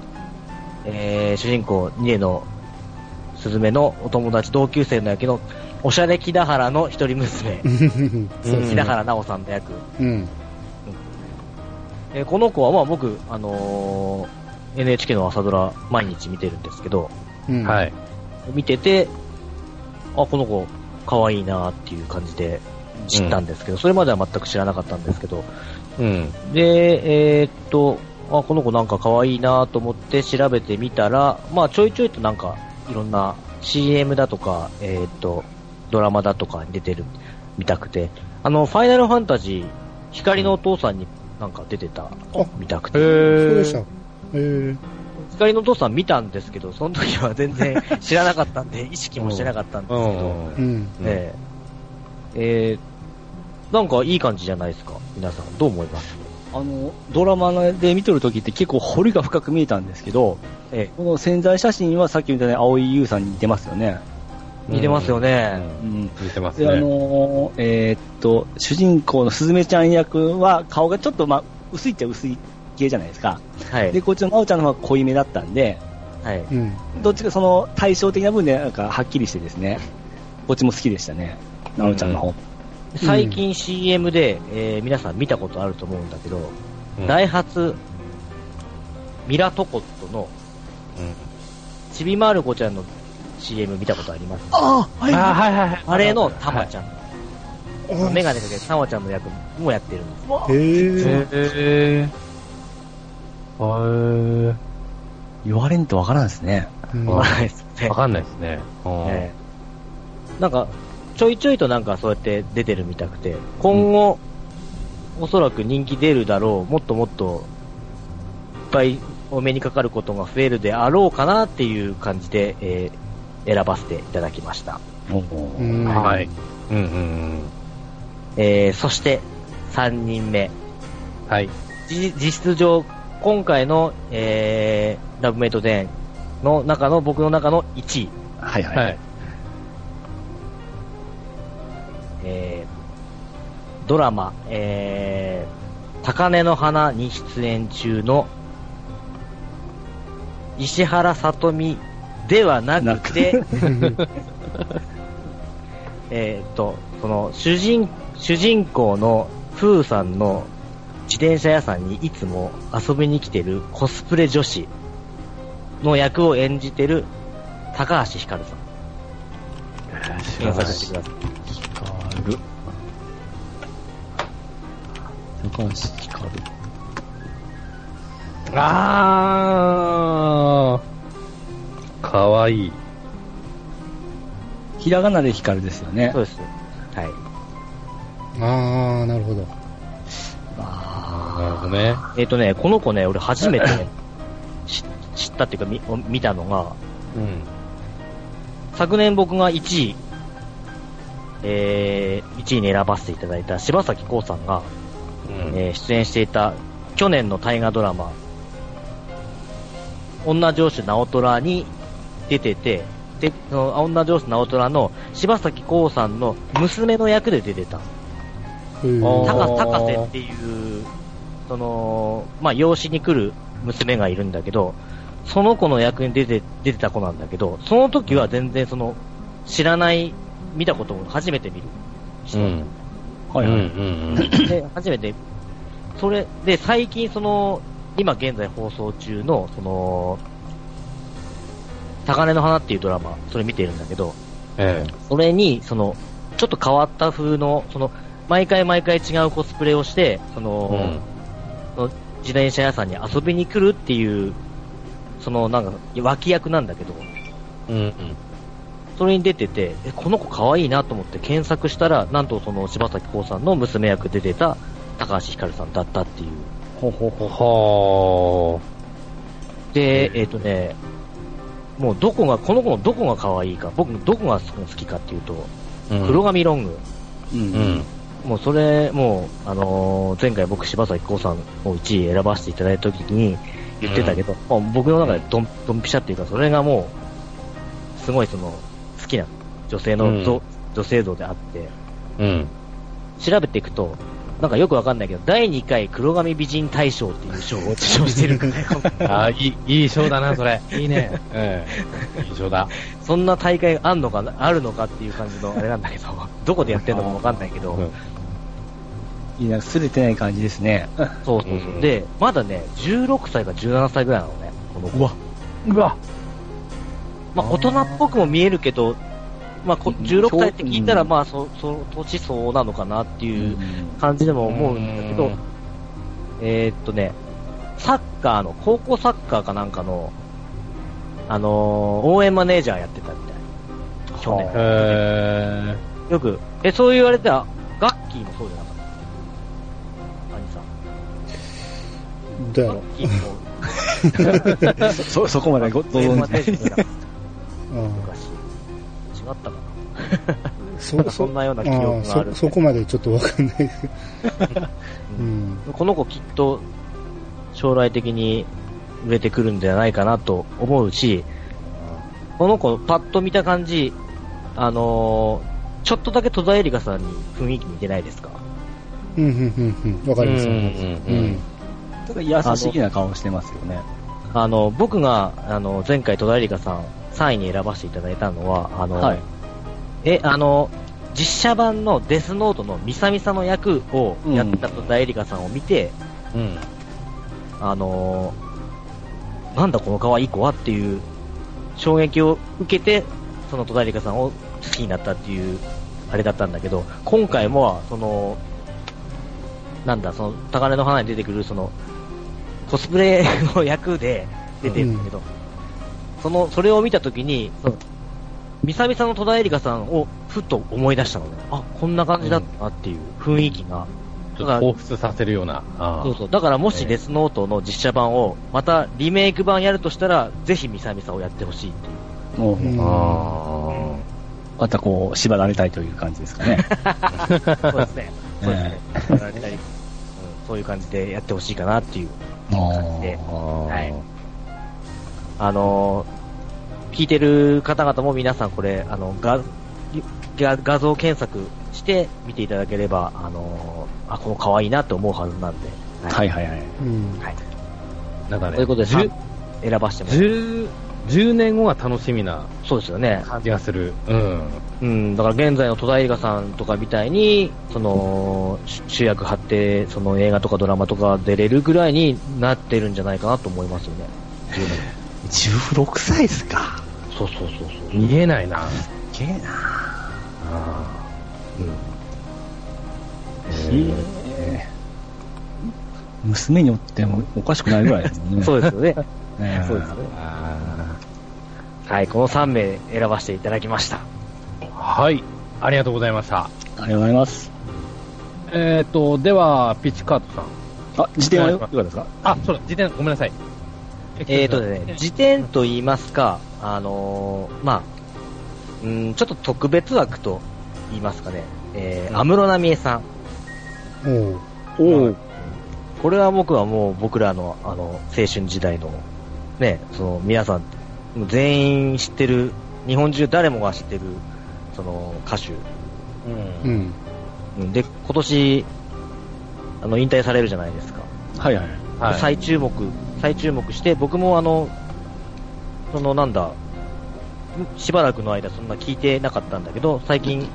D: えー主人公、ニエのスズメのお友達、同級生の役の、おしゃれ木田原の一人娘、
B: そうです
D: 木田
B: ね。
D: 原奈緒さんの役。
B: うん。
D: えーこの子は、まあ僕、あのー NHK の朝ドラ、毎日見てるんですけど、
B: うん。。
A: はいい。
D: 見てて、あ、この子、可愛いなっていう感じで知ったんですけど、それまでは全く知らなかったんですけど、
A: うん。
D: で、えーっと、あこの子なんか可愛いなと思って調べてみたら、まあ、ちょいちょいとなんかいろんな CM だとか、えーっとドラマだとかに出てるみたくてあのファイナルファンタジー光のお父さんになんか出てたみたくて、
B: そうでし
A: ー
B: た。へえ。
D: 光のお父さん見たんですけどその時は全然知らなかったんで意識もしてなかったんですけ
A: う
D: ど、
A: ん。
B: うん。
A: うん
D: えええーなんかいい感じじゃないですか皆さんどう思います
C: あの、ドラマで見とる時って結構彫りが深く見えたんですけど、
D: え
C: この潜在写真はさっきみたいに青井優さんに似てますよね。
D: え似てます
A: う
D: よね。
A: ん。
C: ん。
A: 似てます
C: で、あ
A: ね。
C: のーえーっと、主人公のすずめちゃん役は顔がちょっと、まあ、薄いっちゃ薄い系じゃないですか。
D: はい。
C: で、こっちのまおちゃんの方が濃いめだったんで、
D: はい。
B: うん。
C: どっちかその対照的な分でなんかはっきりしてですね、こっちも好きでしたね。なおちゃんの方。
D: 最近 CM で、えー皆さん見たことあると思うんだけど、
A: うん
D: ダイハツ、ミラトコットのちびまる子ちゃんの CM 見たことあります
C: ああ、
A: うんあ、はいはいはい。
D: あれのたまちゃん、
B: あ
D: メガネかけてたまちゃんの役もやってるんです。
B: へえ。
A: へぇー。へ
C: 言われんとわからんですね。
B: うん
A: あ
D: わかんないですよ
A: ぇ
D: ね
A: わかんないですね。うん
D: ええなんか、ちょいちょいとなんかそうやって出てるみたくて、今後、おそらく人気出るだろう、もっともっと、いっぱいお目にかかることが増えるであろうかなっていう感じで、えー選ばせていただきました。
B: うん
A: はい。うんうんうん。
D: えーそして、3人目。
A: はい。
D: じ実質上、今回の、えーラブメイト10の中の、僕の中の1位。
C: はいはい。
A: はい。
D: えードラマ、えー高根の花に出演中の石原さとみではなくて、 えーっと、その主人、主人公のふーさんの自転車屋さんにいつも遊びに来てるコスプレ女子の役を演じてる高橋ひかるさん。検索してください。
C: 光る。高橋光る。
A: あー。かわいい。
C: ひらがなで光るですよね
D: そ。うです。はい。
B: ああ、なるほど。
A: なるほどね。
D: えっ、とね、この子ね、 俺初めて知知ったっていうか見見たのが、
A: うん。
D: 昨年僕が1位、えー、1位に選ばせていただいた柴咲コウさんが、
A: うん。
D: えー出演していた去年の大河ドラマ、女上司直虎に出てて、で、その女上司直虎の柴咲コウさんの娘の役で出てた。
B: へー
A: あー
D: 高高瀬っていう、その、まあ、養子に来る娘がいるんだけど、その子の役に出て、出てた子なんだけど、その時は全然その、知らない、見たことも初めて見る人。
A: うん。
C: はいはい。
A: うん。
D: で、初めて、それ、で、最近その、今現在放送中の、その、高根の花っていうドラマ、それ見てるんだけど、
A: え
D: それに、その、ちょっと変わった風の、その、毎回毎回違うコスプレをして、そ
A: え。
D: の、
A: うん。
D: 自転車屋さんに遊びに来るっていう、そのなんか脇役なんだけど、
A: うん。
D: それに出てて、えこの子可愛いなと思って検索したら、なんとその柴咲コウさんの娘役で出てた高橋ひかるさんだったっていう。
C: ほうほうほう。
A: は
D: で、えっ、とね、もうどこが、この子のどこが可愛いか、僕どこが好きかっていうと、
A: ー。
D: 黒髪ロング。
C: う。
A: うんん。
D: もうそれ、もう、あのー前回僕柴咲コウさんを1位選ばせていただいた時に言ってたけど、もう僕の中でドンドンピシャっていうか、それがもう、すごいその、好きな女性の像、
A: うん
D: 女性像であって、
A: うん。
D: 調べていくと、なんかよくわかんないけど、第2回黒髪美人大賞っていう 賞を受賞してる
A: あーいい、いい賞だな、それ。いいね。ええ。いい賞 だ。
D: そんな大会があんのかな、あるのかっていう感じのあれなんだけど、 どこでやってんのかわかんないけど、
A: うん
C: いいな、すれてない感じですね。
D: そうそうそうう。
A: ん
D: で、まだね、16歳か17歳ぐらいなのね、この子。
C: わ。うわ。
D: まあ、大人っぽくも見えるけど、まあ、こ16歳って聞いたら、
C: うん
D: まあそ、その年相応なのかなって
C: う。
D: いうん感じでも思うんだけど、
A: うん
D: えーっとね、サッカーの、高校サッカーかなんかの、あのー応援マネージャーやってたみたいな。去
A: へ
D: 年。
A: え
D: よく、え、そう言われたら、ガッキーもそうじゃなかった。兄さん。
B: どうや
D: ガ
B: ろ
D: ッキー も
C: そそそこまでご
D: 応援
C: 存
D: マ
C: 知な
D: ネ
C: い
D: ージャーだった
B: う、うん
D: 昔。違ったかな。
B: そ
D: そんなような記
B: あ
D: 憶
B: あ
D: がある
B: そそこまでちょっとわかんないですけど、う、
D: うんこの子きっと将来的に売れてくるんじゃないかなと思うし、この子パッと見た感じ、あのーちょっとだけ戸田恵梨香さんに雰囲気似てないですか
B: うんうんうんうんわかります
A: う
B: わ
A: ん
B: かります
A: うんうん
C: ただ優しいな顔してますよね。
D: あの、僕が、あの、前回戸田恵梨香さん3位に選ばせていただいたのは、あの、
C: はい。
D: え、あの、実写版のデスノートのミサミサの役をやった戸田恵梨香さんを見て、
A: うん。
D: あのーなんだこの可愛い子はっていう衝撃を受けて、その戸田恵梨香さんを好きになったっていう、あれだったんだけど、今回も、その、なんだ、その、高嶺の花に出てくる、その、コスプレの役で出てるんだけど、その、それを見たときに、その、みさみさの戸田恵梨香さんをふっと思い出したのね。あ、こんな感じだったなっていう雰囲気が。
A: ちょっと彷彿させるような。あー
D: そうそう。だからも
A: え
D: し
A: え
D: デスノートの実写版を、またリメイク版やるとしたら、ぜひミサミサをやってほしいっていう。
C: もう、
B: うん
A: あ
C: またこう、縛られたいという感じですかね。
D: そうです ね。そうですね。うん そういう感じでやってほしいかなっていう。で
A: ー
D: はいあのー聞いてる方々も皆さんこれ、あの、画、画画像検索して見ていただければ、あのーあ、この可愛いなと思うはずなんで。
C: はいはいはい。
B: うん
D: はい。
A: なんか
D: と
A: ね、
D: いうことで、
A: 10
D: 3選ばしてもらいます
A: 10 10年後が楽しみな
D: そうですよね。
A: 感じがする。うん。
D: うん、だから現在の戸田恵梨香さんとかみたいに、その、主主役張って、その映画とかドラマとか出れるぐらいになってるんじゃないかなと思いますよね。
C: 16歳ですか。
D: そうそうそうそう。
A: 見えないな。
C: すげえな。
A: あ
C: へえ娘によってもおかしくないぐらいですもんね。
D: そうですよね。
C: うね
D: そうですよね。
A: ーあ
D: はい、この3名選ばせていただきました。
A: ーはい。ありがとうございました。
C: ありがとうございます。
A: えっ、ー、と、では、ピッチカートさん。
C: あ、自転はよかったですか
A: あ、そうだ、自転、ごめんなさい。
D: えーとね、辞典と言いますか、あのーまあ、うん、ちょっと特別枠と言いますかね、えー、安室奈美恵さん。
B: おう
C: お
A: お
D: これは僕はもう僕らのあの青春時代のね、その皆さんもう全員知ってる、日本中誰もが知ってるその歌手。
A: う。
B: うんん
D: うんで、今年あの引退されるじゃないですか。
C: はいはい。
A: はい。
D: 再注目、再注目して、僕もあの、そのなんだ、しばらくの間そんな聞いてなかったんだけど、最近、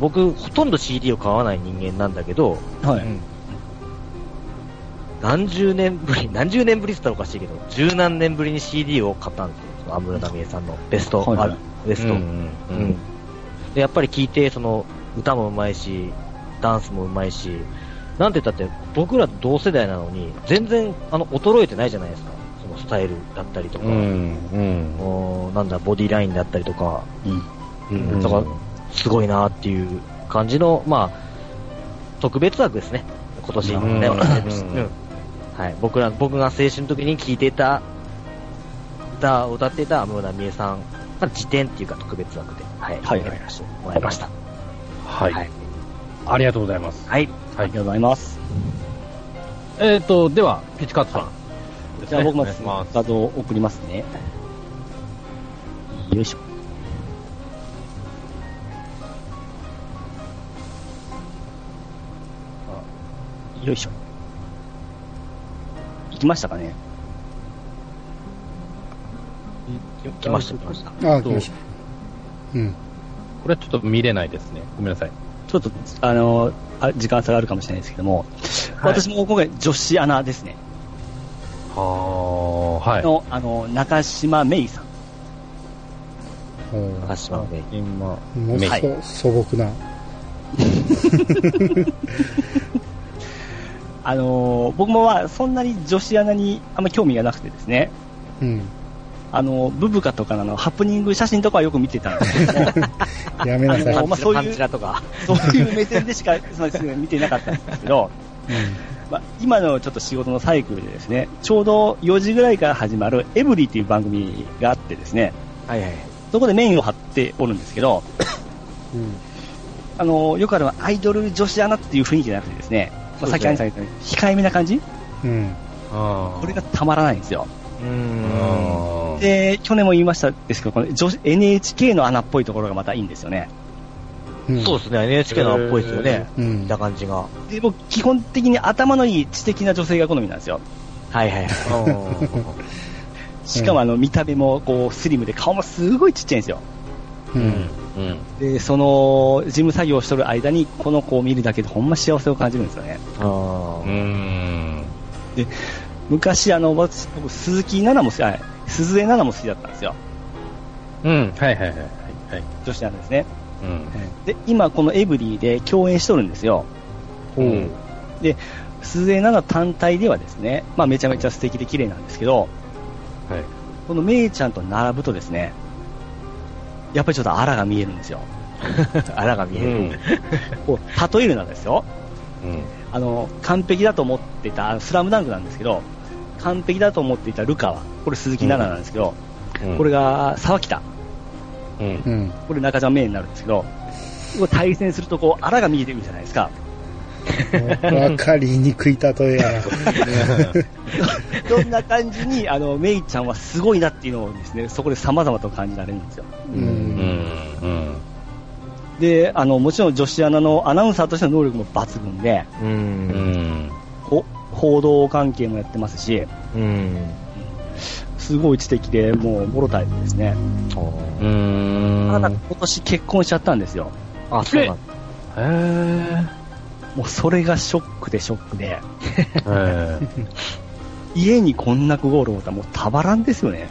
D: 僕ほとんど CD を買わない人間なんだけど、
C: はい。
D: 何十年ぶり、何十年ぶりって言ったらおかしいけど、十何年ぶりに CD を買ったんですよ。その安室奈美恵さんのベスト、
C: はいはい
D: あベスト、
A: う
D: うんん
A: うんうん
D: で。やっぱり聞いて、その、歌もうまいし、ダンスもうまいし、なんて言ったって、僕らと同世代なのに、全然、あの、衰えてないじゃないですか。そのスタイルだったりとか、
A: うん。うん。
D: おーなんだ、ボディラインだったりとか、
C: うん
A: うん
D: だから、すごいなっていう感じの、まあ、特別枠ですね、今年、
A: うん
D: ね私
A: うん
D: うんはい、僕ら僕が青春の時に聴いてた歌を歌ってた安室奈美恵さん、まあ、辞典っていうか特別枠で、はい、
C: はい
D: 選ばせてもらいました。
A: はい、
D: はい
A: ありがとうございます。
D: はい、
C: ありがとうございます。
A: えっ、ー、と、では、ピッチカートさん。
C: じゃあ僕も
A: お願いします
C: 画像を送りますね。よいしょ。あよいしょ。行きましたかね
D: 来ました、来ました。
B: ああ来ましたうん
A: これはちょっと見れないですね。ごめんなさい。
C: ちょっと、あの、あ時間差があるかもしれないですけども、
A: はい
C: 私も今回女子アナですね。
A: はあ、はい。
C: の、あの、中島芽衣さん。
B: おう
D: 高島芽
A: 今、
B: もうそ、
A: はい
B: 素朴な
C: あのー僕もまあそんなに女子アナにあんま興味がなくてですね、
B: うん。
C: あのブブカとかのあのハプニング写真とかはよく見てたんですけども、
B: やめ
C: あ
B: な
C: の
B: さい。
C: まあ、そう
D: パ
C: い
D: ン
C: う
D: チラとか。
C: そういう目線でしかそうですね見てなかったんですけど、まあ、今のちょっと仕事のサイクルでですね、ちょうど4時ぐらいから始まるエブリィという番組があってですね、
D: はいはい。
C: そこでメインを張っておるんですけど、
B: うん。
C: あのよくあるアイドル女子アナっていう雰囲気じゃなくてですね、まあ、さっきアニさんが言ったように控えめな感じ、
B: うん。
A: こ
C: これがたまらないんですよ。
A: う
D: う
A: ん。
C: で、去年も言いましたですけど、この女子 NHK の穴っぽいところがまたいいんですよね。
B: うん。
D: そうですね、NHK のっぽいですよね。
B: うん
D: 見た感じが。
C: で僕、基本的に頭のいい知的な女性が好みなんですよ。
D: はいはい。
C: しかもあの見た目もこうスリムで顔もすごいちっちゃいんですよ。
B: う。
A: うんん。
C: で、その、事務作業をしとる間に、この子を見るだけでほんま幸せを感じるんですよね。
D: あ
A: うん。
C: 昔、あの、私僕、鈴木奈々も好き、あ鈴江奈々も好きだったんですよ。
A: うん。はいはいはい。はい。
C: 女子なんですね。
A: うん。
C: で、今、このエブリィで共演しとるんですよ。
A: ほう。
C: 鈴江奈々単体ではですね、まあ、めちゃめちゃ素敵で綺麗なんですけど、
A: はい。
C: このめいちゃんと並ぶとですね、やっぱりちょっとあらが見えるんですよ。
D: あ。穴が見える。
C: こう例えるならですよ、
A: うん。
C: あの、完璧だと思ってた、あのスラムダンクなんですけど、完璧だと思っていたルカは、これ鈴木奈々なんですけど、
A: うん。
C: これが沢北、
A: うん。
B: うん。
C: これ中島メインになるんですけど、こう対戦するとこう、あらが見えてくるじゃないで すか。
B: わかりにくい例えやな。
C: どんな感じに、あの、メイちゃんはすごいなっていうのをですね、そこで様々と感じられるんですよ。
B: う。
A: うんん。
C: で、あの、もちろん女子アナのアナウンサーとしての能力も抜群で、
D: う。
A: うん。うんん。
C: こ報道関係もやってますし、
D: うん。
C: すごい知的で、もう、もろたいですね。
A: うん。
C: ただ、今年結婚しちゃったんですよ。
D: あ、そうなん
A: へえ。
C: もう、それがショックでショックで、
A: へ
C: 家にこんなクゴールをたらもうたまらんですよね。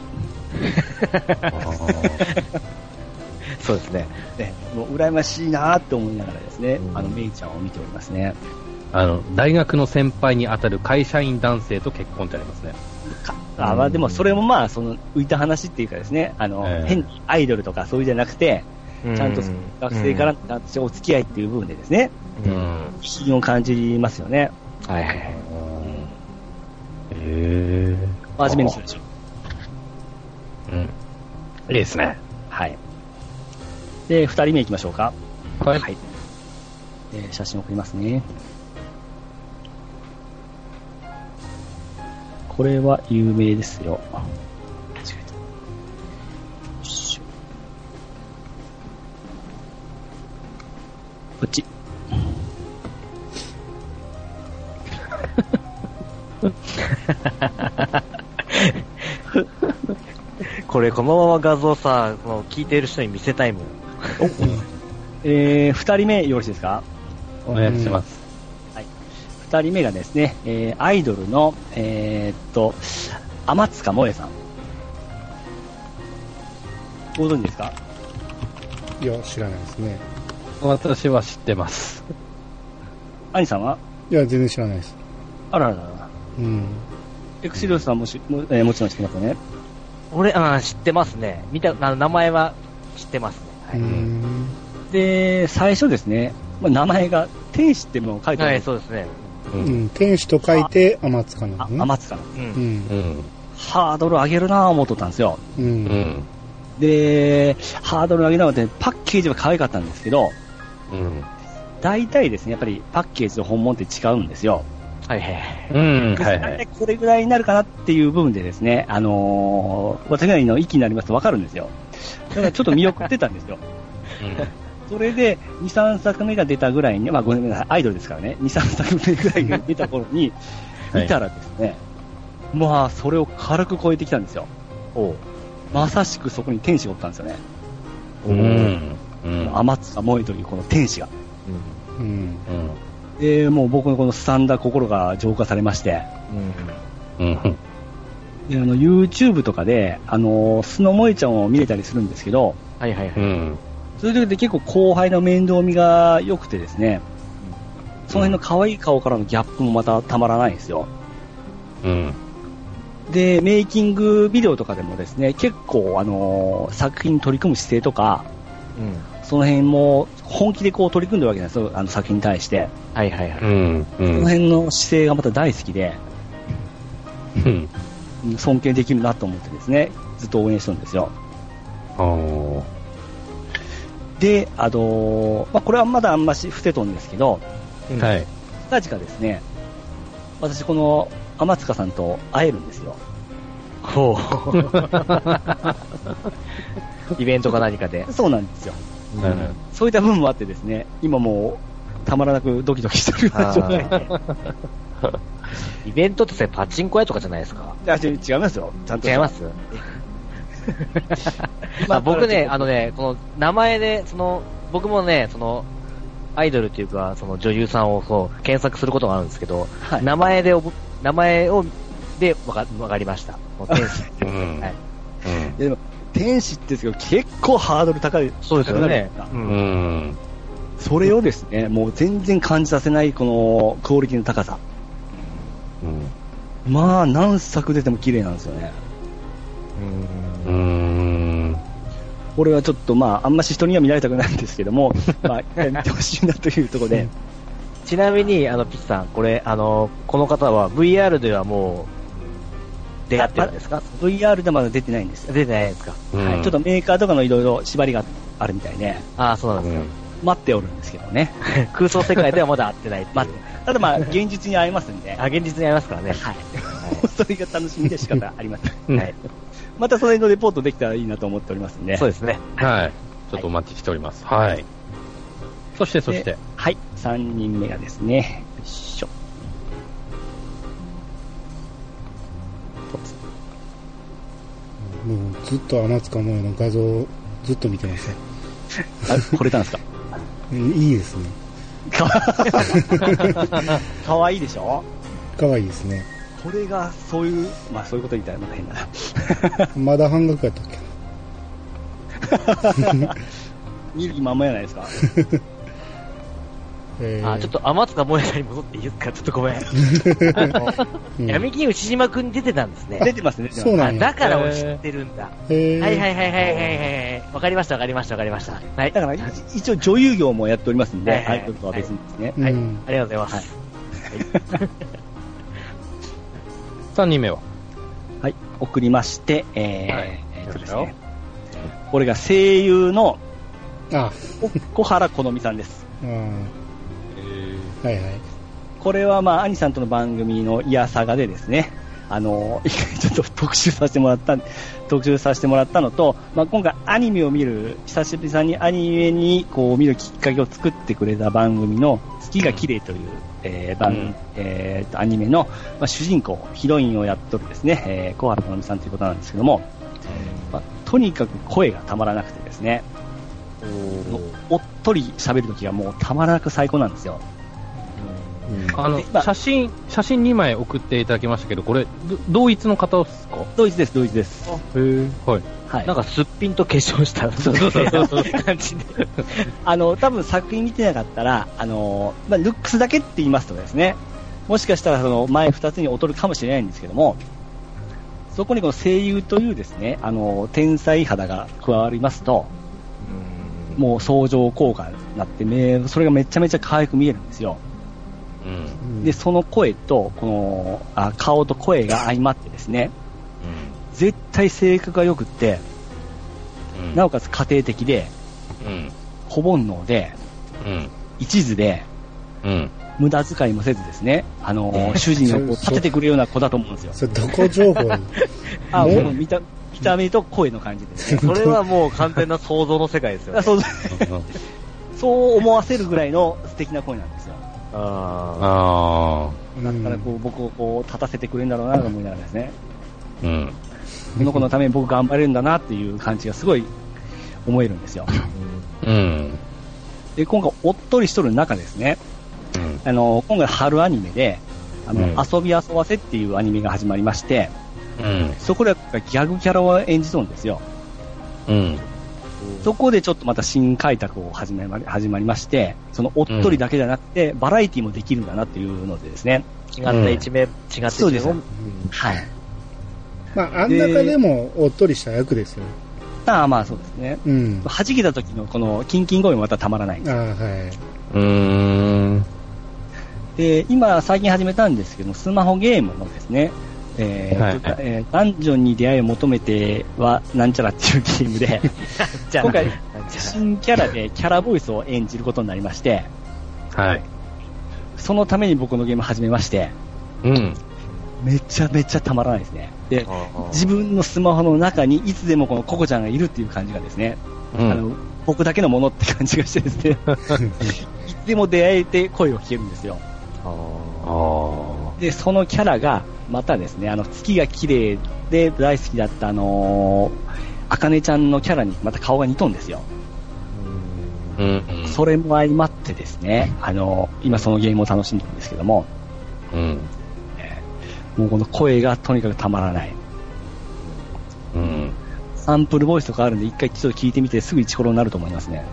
D: そうですね。
C: ね、もう羨ましいなーって思いながらですね、
D: うん
C: あのメイちゃんを見ておりますね。
A: あの、大学の先輩に当たる会社員男性と結婚ってありますね。
C: かあまあでもそれもまあその浮いた話っていうかですね、あの、
A: ええ
C: 変にアイドルとかそういうじゃなくて、ちゃんと学生からのお付き合いっていう部分でですね、
D: うん。
A: ん。
C: 不思議を感じますよね。
D: はいはい。
A: へえ。
C: 真面目にするでしょ。
A: うん。いいですね。
C: はい。で、二人目行きましょうか。
A: はい。
C: えー写真送りますね。これは有名ですよ。あ間違えたよいしょこっち。
D: これ、このまま画像さ、その聞いてる人に見せたいもん。
C: えー、二人目よろしいですか
A: お願いします。
C: 二人目がですね、えーアイドルの、えーっと、天塚萌さん。ご存知ですか
B: いや、知らないですね。
A: 私は知ってます。
C: 兄さんはい
B: や、全然知らないです。
C: あらららら。
B: うん。
C: エクシリオスさんもしも,、えーもちろん知ってますよね。
D: 俺、あ知ってますね。見た、あの名前は知ってますね。は
B: う
D: い
B: ん。
C: で、最初ですね、まあ、名前が天使ってもう書いてあ
D: は
C: るん
D: い、
C: です、
D: そうですね。
A: う
B: う。ん。天使と書いて、天塚な
C: あ
B: のね。
C: 天塚の。
D: う。
B: うんん
A: う。ん。
C: ハードル上げるなぁ思っとったんですよ。
B: う。
A: うんん。
C: で、ハードル上げながらってパッケージは可愛かったんですけど、
A: うん。
C: 大体ですね、やっぱりパッケージと本物って違うんですよ。
D: はいはいはい。
A: うん。は
C: はいい
A: は
C: はいい、。これぐらいになるかなっていう部分でですね、あのー私なりの域になりますと分かるんですよ。だからちょっと見送ってたんですよ。それで、2、3作目が出たぐらいに、まあごめんなさい、アイドルですからね、2、3作目ぐらいが出た頃に、
A: はい
C: 見たらですね、まあ、それを軽く超えてきたんですよ。
D: おう。
C: まさしくそこに天使がおったんですよね。
A: うん。うん。うん。
C: 天塚萌というこの天使が。
B: うん。
A: うん。
C: で、もう僕のこのすさんだ心が浄化されまして、
D: うん。
A: うん。
C: であの YouTube とかで、あのー、スノモイちゃんを見れたりするんですけど、
D: はいはいは
A: う
D: い。
A: ん。
C: そういう時で結構後輩の面倒見が良くてですね、その辺の可愛い顔からのギャップもまたたまらないんですよ。
A: うん。
C: で、メイキングビデオとかでもですね、結構、あのー作品に取り組む姿勢とか、
D: うん。
C: その辺も本気でこう取り組んでるわけなんですよ、あの作品に対して。
D: はいはいはい。
A: うん。う
C: その
A: ん。
C: 辺の姿勢がまた大好きで、
A: うん。
C: うん尊敬できるなと思ってですね、ずっと応援してるんですよ。
A: あー
C: で、あのーまあ、これはまだあんまし伏せとんですけど、
A: はい。
C: 近々ですね、私この天塚さんと会えるんですよ。
D: ほ う。イベントか何かで。
C: そうなんですよ。
D: うん
A: はい
C: そういった部分もあってですね、今もう、たまらなくドキドキしてるような状態で。
D: イベントってそれパチンコ屋とかじゃないですか
C: あ違違いますよ。ちゃんと。
D: 違い ますまあ僕ね、あのね、この名前で、その、僕もね、その、アイドルというか、その女優さんをそう検索することがあるんですけど、
C: はい
D: 名前でおぼ、名前を、で、わか、わかりました。もう天使
A: うん
D: はい。
A: う
C: でも、天使ってですけど、結構ハードル高い。
D: そうですよ
C: 高
D: ね
C: くなるじゃないですか。
A: ん。うん。
C: それをですね、もう全然感じさせない、この、クオリティの高さ。
A: うん。
C: まあ、何作出ても綺麗なんですよね。
A: うーん。
C: これはちょっとまあ、あんまし人には見られたくないんですけど も、まあ、一回見てほしいなというところで、
D: ちなみに、あの、ピッチさん、これ、あの、この方は VR ではもう、出会ってるんですか
C: VR でまだ出てないんですよ。
D: 出てないですか
A: うん
C: はい、ちょっとメーカーとかのいろいろ縛りがあるみたいで、
D: ああ、そうな
A: う
D: んですよ
A: ん。
C: 待っておるんですけどね。
D: 空想世界 ではまだ会ってないっていう。
C: 待って。ただまあ、現実に会えますんで、
D: あ、現実に会いますからね。はい。
C: それが楽しみで仕方ありません。
D: はい。
C: またその辺のレポートできたらいいなと思っておりますんで。
D: そうですね。
A: はい。ちょっとお待ちしております。はい。そして、そして。
C: はい、3人目がですね、よいしょ。
B: もうずっと天塚萌えの画像をずっと見てますね
C: あ、これなんです か
B: うんいいですね
C: かわいいでしょ
B: 可愛いですね
C: これがそういう、まあそういうこと言ったらまた変だな。
B: まだ半額やったっけな
C: 見る気まんまやない ですか。
B: えー
D: あ、ちょっと天塚萌えさんに戻っていいですかちょっとごめん。
B: うん
D: 闇金牛島くんに出てたんですね。
C: 出てますね、出てま
B: そ
C: す
B: うな
D: あ、
B: んや
D: だから俺知ってるんだ。
B: えー
D: はいはいはいはいはいはいはい。わかりましたわかりましたわかりました。はい。
C: だから、い一応女優業もやっておりますんで、
D: はいはいはい
C: アイドルとは別にですね。
D: はい
B: うん
D: ありがとうございます。
A: 3人目は
C: はい、送りまして、えー
A: はい
C: えーっとです
A: どうぞ
C: ね、これが声優の
B: あ
C: 小原好美さんです。
B: あーはいはい
C: これはまあ、兄さんとの番組のイヤサガでですね、あの、 一回ちょっと特集させてもらった、特集させてもらったのと、まあ今回アニメを見る、久しぶりさんにアニメにこう見るきっかけを作ってくれた番組の、月が綺麗という、えー番
A: うん
C: えーとアニメの、まあ、主人公、ヒロインをやっとるですね、えー小原好美さんということなんですけども、まあとにかく声がたまらなくてですね、おっとり喋るときがもうたまらなく最高なんですよ。
A: あの
C: でまあ
A: 写真、写真2枚送っていただきましたけど、これ、ど同一の方ですかへ
C: ドイツです、ドイツです。
A: え、はい。
C: はい
D: なん。かすっぴんと化粧した。そうそうそう。感じで。
C: あの、多分作品見てなかったら、あの、まあ、ルックスだけって言いますとですね、もしかしたらその前二つに劣るかもしれないんですけども、そこにこの声優というですね、あの、天才肌が加わりますと、もう相乗効果になって、めそれがめちゃめちゃ可愛く見えるんですよ。
A: うん。
B: うん
C: で、その声と、この、あ顔と声が相まってですね、絶対性格が良くって、
A: うん
C: なおかつ家庭的で、
A: うん。
C: 小煩悩で、
A: うん。
C: 一途で、
A: うん。
C: 無駄遣いもせずですね、あのー主人をこう立ててくれるような子だと思うんですよ。
B: それどこ情報や
C: あ
B: ね
C: もう見た見た目と声の感じです、ね。
D: それはもう完全な想像の世界ですよ、ね。
C: そう そう思わせるぐらいの素敵な声なんですよ。
D: あ
A: あ
B: うん
C: だからこう僕をこう立たせてくれるんだろうなと思いながらですね、
A: ー。うん。
C: この子のために僕頑張れるんだなっていう感じがすごい思えるんですよ。
A: うん。
C: で、今回おっとりしとる中ですね、
A: うん。
C: あのー今回春アニメで、あの、
A: うん
C: 遊び遊ばせっていうアニメが始まりまして、
A: うん。
C: そこでギャグキャラを演じとるんですよ。
A: うん。
C: そこでちょっとまた新開拓を始めま始まりまして、そのおっとりだけじゃなくて、バラエティもできるんだなっていうのでですね。
D: 違った一面、違った一
C: そうで
D: 面
C: すね
D: を。はい。
B: まあ、あん中でもおっとりした役ですよ。
C: ああ、まあそうですね。
B: うん。
C: 弾けた時のこのキンキン声もまたたまらない。
B: ああ、はい。
A: うーん。
C: で、今最近始めたんですけども、スマホゲームのですね、えー
A: はい
C: えーダンジョンに出会いを求めてはなんちゃらっていうゲームで、
D: じゃあ、
C: 今回
D: なんか
C: 新キャラでキャラボイスを演じることになりまして、
A: はい。
C: そのために僕のゲーム始めまして、
A: うん。
C: めちゃめちゃたまらないですね。で、自分のスマホの中にいつでもこのココちゃんがいるっていう感じがですね、
A: う
C: あ
A: ん。
C: の僕だけのものって感じがしてで すね、いつでも出会えて声を聞けるんですよ。
D: あ
A: あ
D: ー
A: あ。
C: で、そのキャラが、またですね、あの、月が綺麗で大好きだったあのー、あかねちゃんのキャラにまた顔が似とんですよ。
A: うん。
C: それも相まってですね、あのー今そのゲームを楽しんでるんですけども、
A: うん。
C: もうこの声がとにかくたまらない。
A: うん。
C: サンプルボイスとかあるんで、一回ちょっと聞いてみて、すぐイチコロになると思いますね。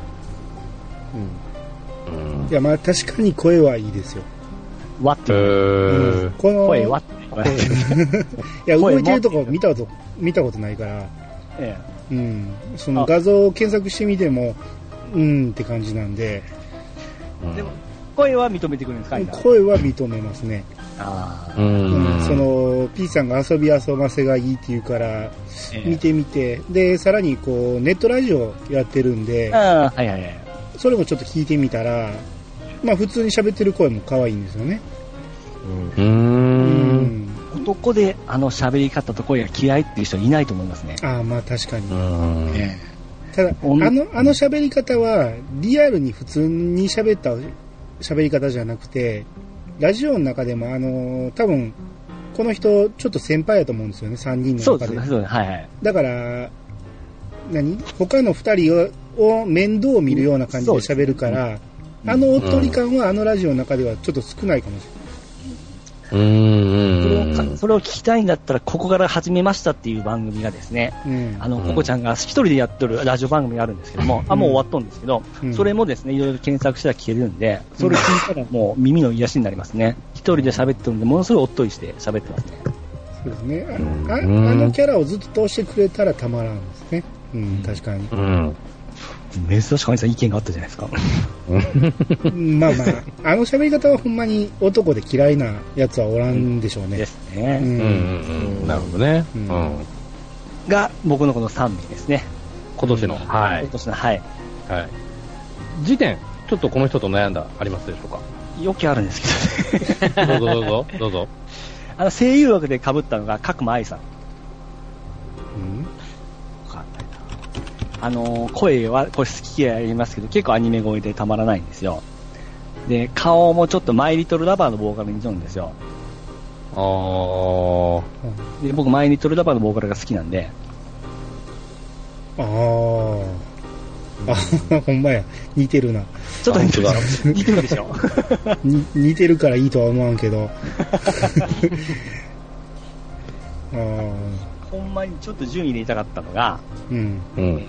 B: うん。
A: うん
B: い。や、まあ、確かに声はいいですよ。
C: わって
A: う
C: いう、
A: ー
B: この、
C: 声
B: い
C: わっ ていう。
B: や、
C: 声
B: 動
C: も
B: いてるとこ見たこと、見たことないから、
C: え
B: うん。その
C: あ
B: 画像を検索してみても、うんって感じなんで、
A: うん
C: でもえ声は認めてくれるんですか、今
B: 声は認めますね。
C: あ
A: う。
C: ー
B: うんん、その P さんが遊び遊ばせがいいっていうから
C: ええ
B: 見てみて、でさらにこうネットラジオやってるんで
C: あー、はいはいはい。
B: それもちょっと聞いてみたら、まあ、普通に喋ってる声も可愛いんですよね
A: うー。
B: うんん
C: 男であの喋り方と声が嫌いっていう人いないと思いますね。
B: ああまあ確かに
A: うん。
C: え
B: ただあ
C: おん
B: のあの喋り方はリアルに普通に喋った喋り方じゃなくてラジオの中でもあの多分この人ちょっと先輩やと思うんですよね3人
C: え
B: の
C: そうで
B: 中
C: す
B: で
C: ね、そうですはいはい。
B: だから、何他の二人をを面倒を見るような感じで喋るから、
C: うん
B: あのおっとり感はあのラジオの中ではちょっと少ないかもし
A: うん。うん
C: それをかそれを聞きたいんだったら、ここから始めましたっていう番組がですね、
B: れない。うん。
C: あの、ここちゃんが一人でやっとるラジオ番組があるんですけども、あ、もう終わっとんですけど、
B: うん
C: それもですね、いろいろ検索したら聞けるんで、それ聞いたらもう耳の癒しになりますね。一人で喋ってるんで、ものすごいおっとりして喋ってますね。
B: そうですね
A: うん
B: ああ。あのキャラをずっと通してくれたらたまらんですね。うん、確かに。
A: うん。
C: 珍しくお兄さん意見があったじゃないですか。
B: うんまあまあ、あの喋り方はほんまに男で嫌いなやつはおらんでしょう
C: で
B: ね。
C: す
B: う。
C: ね。
A: うん。うんん。なるほどね。
B: う
A: うんん。
C: が、僕のこの3名ですね。
A: 今年の。は
C: 今
A: い。
C: 年の、はい。
A: はい。時点、ちょっとこの人と悩んだ、ありますでしょうか
C: よくあるんですけど
A: どう
C: ね。
A: ぞどうぞ、どうぞ。
C: あの声優枠で被ったのが角間愛さん。
B: うん
C: あのー声は、これ好き嫌いありますけど、結構アニメ声でたまらないんですよ。で、顔もちょっとマイリトルラバーのボーカルに似とるんですよ。
A: あー。
C: で、僕マイリトルラバーのボーカルが好きなんで、
B: ああ。あ、ほんまや。似てるな。
C: ちょっと似てる
A: あ
C: で
A: 本
C: しょ。似てるでしょ。
B: に似てるからいいとは思わん けどああ
C: ほんまにちょっと順位入れたかったのが、
B: うん
A: うん
C: え。ーっとですね、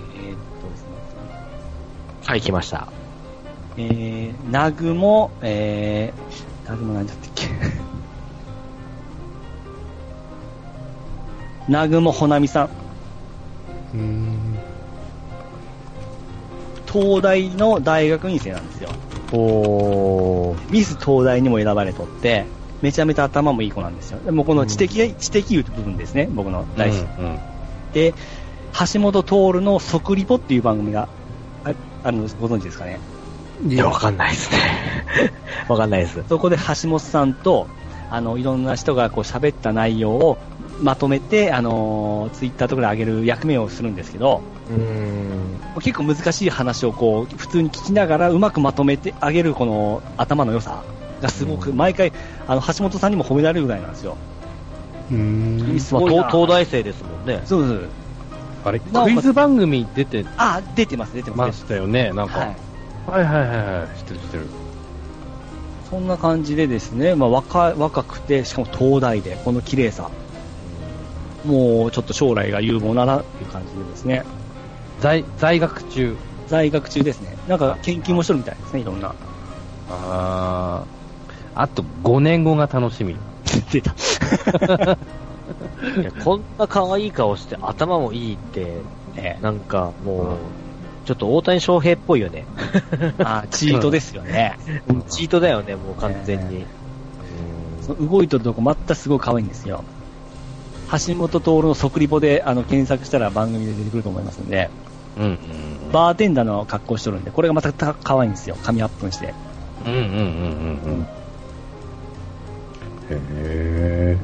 D: はい、来ました。
C: えー、ナグモ、えー、ナグモなんだったっけ。 ナグモほなみさ
B: う
C: ん。
B: ん
C: 東大の大学院生なんですよ。
D: おー。
C: ミス東大にも選ばれとって、めちゃめちゃ頭もいい子なんですよ。でもうこの知的、知的いう部分ですね、僕の大好き。
A: うん。
C: で、橋本徹の即リポっていう番組が、ああの、ご存知ですかね。
B: い
D: い
B: や
D: や、わかんないですね。 わかんないです。
C: そこで橋本さんと、あの、いろんな人がこう喋った内容をまとめて、あの、ツイッターとかで上げる役目をするんですけど、
D: うん。
C: 結構難しい話をこう、普通に聞きながらうまくまとめてあげるこの頭の良さがすごく、毎回、あの、橋本さんにも褒められるぐらいなんですよ。
B: うん
C: す
D: まあ、
C: ごいな
D: 東東大生ですもんね。
C: そうそうそう。
A: あれ
C: なおか
A: ク
C: つ
A: イズ番組出て
C: あ、出てます、出てま。
A: ますしたよね、なんか。
C: はい。
A: はいはいはいはい。知ってる知ってる。
C: そんな感じでですね、まあ、若若くて、しかも東大で、この綺麗さ。もうちょっと将来が有望だなっていう感じでですね。
A: 在、在学中。
C: 在学中ですね。なんか研究もしとるみたいですね、いろんな。
A: ああ。あと5年後が楽しみ。
C: 出た。
D: いやこんな可愛い顔して頭もいいって、
C: ね、
D: なんかもう、ちょっと大谷翔平っぽいよ ね。
C: あチートですよね。
D: チートだよね、もう完全に。
C: その動いとるとこまたすごい可愛いんですよ。橋本徹の即リポであの検索したら番組で出てくると思いますんで、
A: うん。うん。
C: バーテンダーの格好しとるんで、これがまたた可愛いんですよ。髪アップして。
A: うんうんうんうんうん。
E: へえ。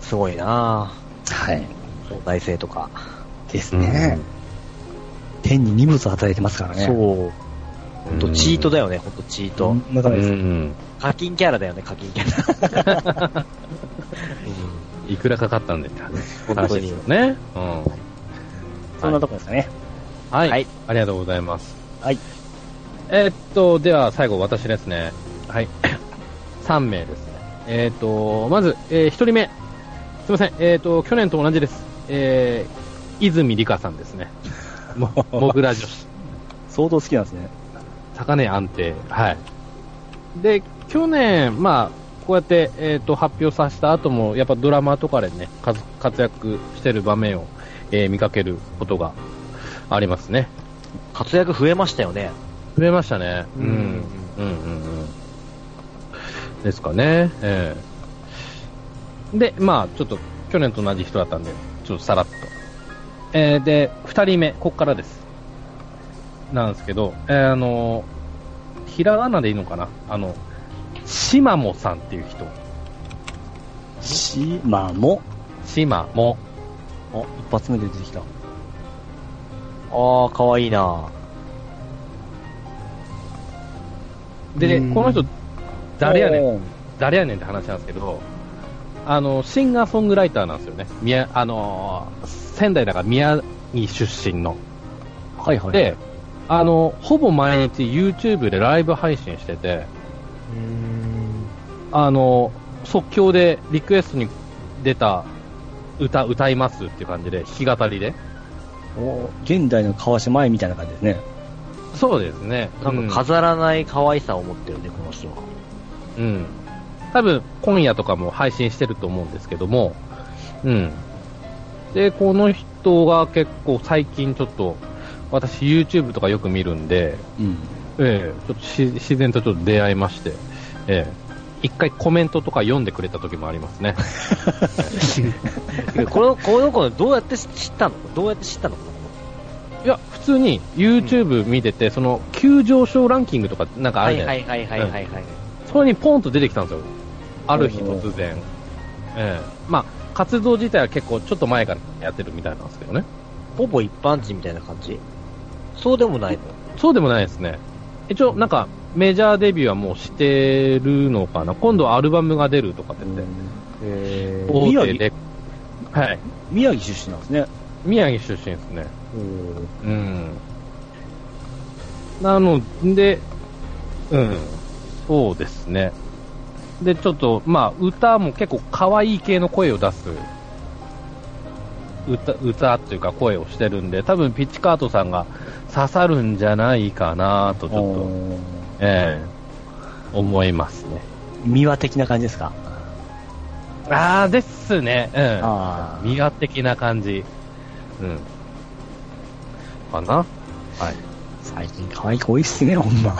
D: すごいな
C: はい。
D: ぁ。東大生とか。
C: ですね。天に荷物を与えてますからね。
D: そう。ほんとチートだよね、ほんとチート。
C: なか
A: う
C: なかです。
A: ん。
D: 課金キャラだよね、課金キャラ。
A: いくらかかったんだって
D: 本
A: 話
D: 当
A: で
D: に
A: すよね。うん。
C: そんなとこですかね。
A: はい。
D: はい
A: ありがとうございます。
C: はい。
A: えーっと、では最後私ですね。はい。3名ですね。えーっと、まず、え1人目。すいません。えーっと、去年と同じです。えー、泉里香さんですね。も、もぐら女子。
C: 相当好きなんですね。
A: 高値安定。はい。で、去年、まあ、こうやって、えーっと、発表させた後も、やっぱドラマとかでね、活活躍してる場面を、えー見かけることがありますね。
D: 活躍増えましたよね。
A: 増えましたね。うんん。うんうんうん。ですかね。ええで、まあ、ちょっと、去年と同じ人だったんで、ちょっとさらっと。えーで、二人目、こっからです。なんですけど、えーあのー、ひらがなでいいのかなあの、しまもさんっていう人。
C: シマも。
A: しまも。
C: お、一発目で出てきた。
D: ああ、かわいいな
A: で、
B: うん
A: この人、誰やねん、
C: おー
A: 誰やねんって話なんですけど、あの、シンガーソングライターなんですよね。宮、あのー、仙台だから宮城出身の。
C: はいはい。
A: で、あの、ほぼ毎日 YouTube でライブ配信してて、あの、即興でリクエストに出た歌、歌いますっていう感じで、弾き語りで。
C: お現代の川島愛みたいな感じですね。
A: そうですね。
D: なんか飾らない可愛さを持ってるね、この人は。
A: うん。うん。多分、今夜とかも配信してると思うんですけども、うん。で、この人が結構最近ちょっと、私 YouTube とかよく見るんで、
C: うん。
A: ええちょっとし自然とちょっと出会いまして、ええ一回コメントとか読んでくれた時もあります ね。
D: でこの、この子どうやって知ったのどうやって知ったのこの子
A: いや、普通に YouTube 見てて、その急上昇ランキングとかなんかあ
D: は
A: る
D: い
A: じゃ
D: は
A: ない
D: いはいはいはいはい。
A: それにポンと出てきたんですよ。ある日突然。ええまあ、活動自体は結構ちょっと前からやってるみたいなんですけどね。
D: ほぼ一般人みたいな感じそうでもないの
A: そうでもないですね。一応、なんか、メジャーデビューはもうしてるのかな今度アルバムが出るとかって言って。
D: へ
C: お
A: 大手で。はい。
C: 宮城出身なんですね。
A: 宮城出身ですね。うん。なので、うん、そうですね。で、ちょっと、まあ、歌も結構可愛い系の声を出す、歌、歌っていうか声をしてるんで、多分ピッチカートさんが刺さるんじゃないかなと、ちょっと、
C: おー
A: ええ思いますね。
C: ミワ的な感じですか
A: ああ、ですね。うん。
C: あー
A: 身勝的な感じ。うん。かなはい。
C: 最近可愛い子多いっすね、ほん ま。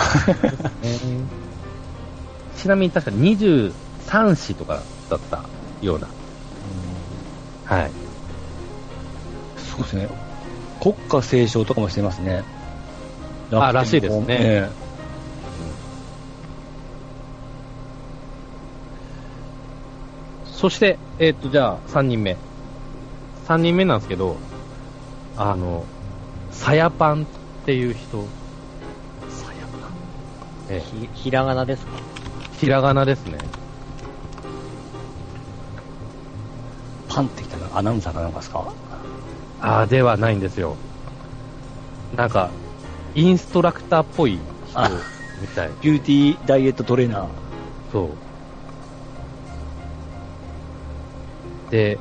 A: ちなみに確か23子とかだったような。はい。
C: そうですね。国家斉唱とかもしてますね。
A: あらしいですね
C: え
A: そして、えーっと、じゃあ、3人目。3人目なんですけど、あの、さやパンっていう人、
D: さやか
A: え
D: ひひらがなですか
A: ひらがなですね。
C: パンってきたらアナウンサーかなんかですか
A: ああ、ではないんですよ。なんか、インストラクターっぽい人
C: あ
A: みたい。
C: ビューティーダイエットトレーナー。
A: そう。で、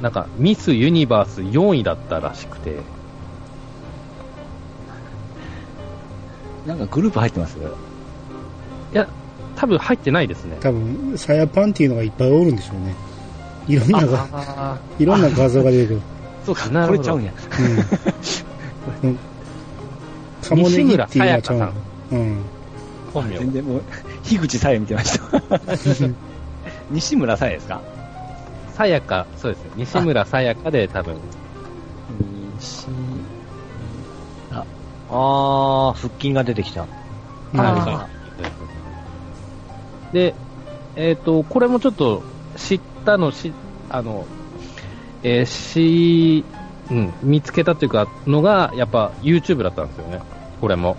A: なんか、ミスユニバース4位だったらしくて、
C: なんかグループ入ってます
A: いや、多分入ってないですね。
B: 多分、サヤパンっていうのがいっぱいおるんでしょうね。いろんなが、
A: あ
B: いろんな画像が出 てくる。
C: そうか、
A: なるほど
C: これちゃうんや。
B: うんうん。カモネギっていうのはちゃう
A: 西村さやか。
B: のうん。
A: ー本名。
C: 全然もう、 樋口さえ見てました。 西村さえですか
A: さやか、そうですね。西村さやかで多分。
C: 西
D: あー、腹筋が出てきた。
B: は
A: あで、えっ、と、これもちょっと知ったの、し、あの、えーし、うん、見つけたというか、のが、やっぱ YouTube だったんですよね。これも。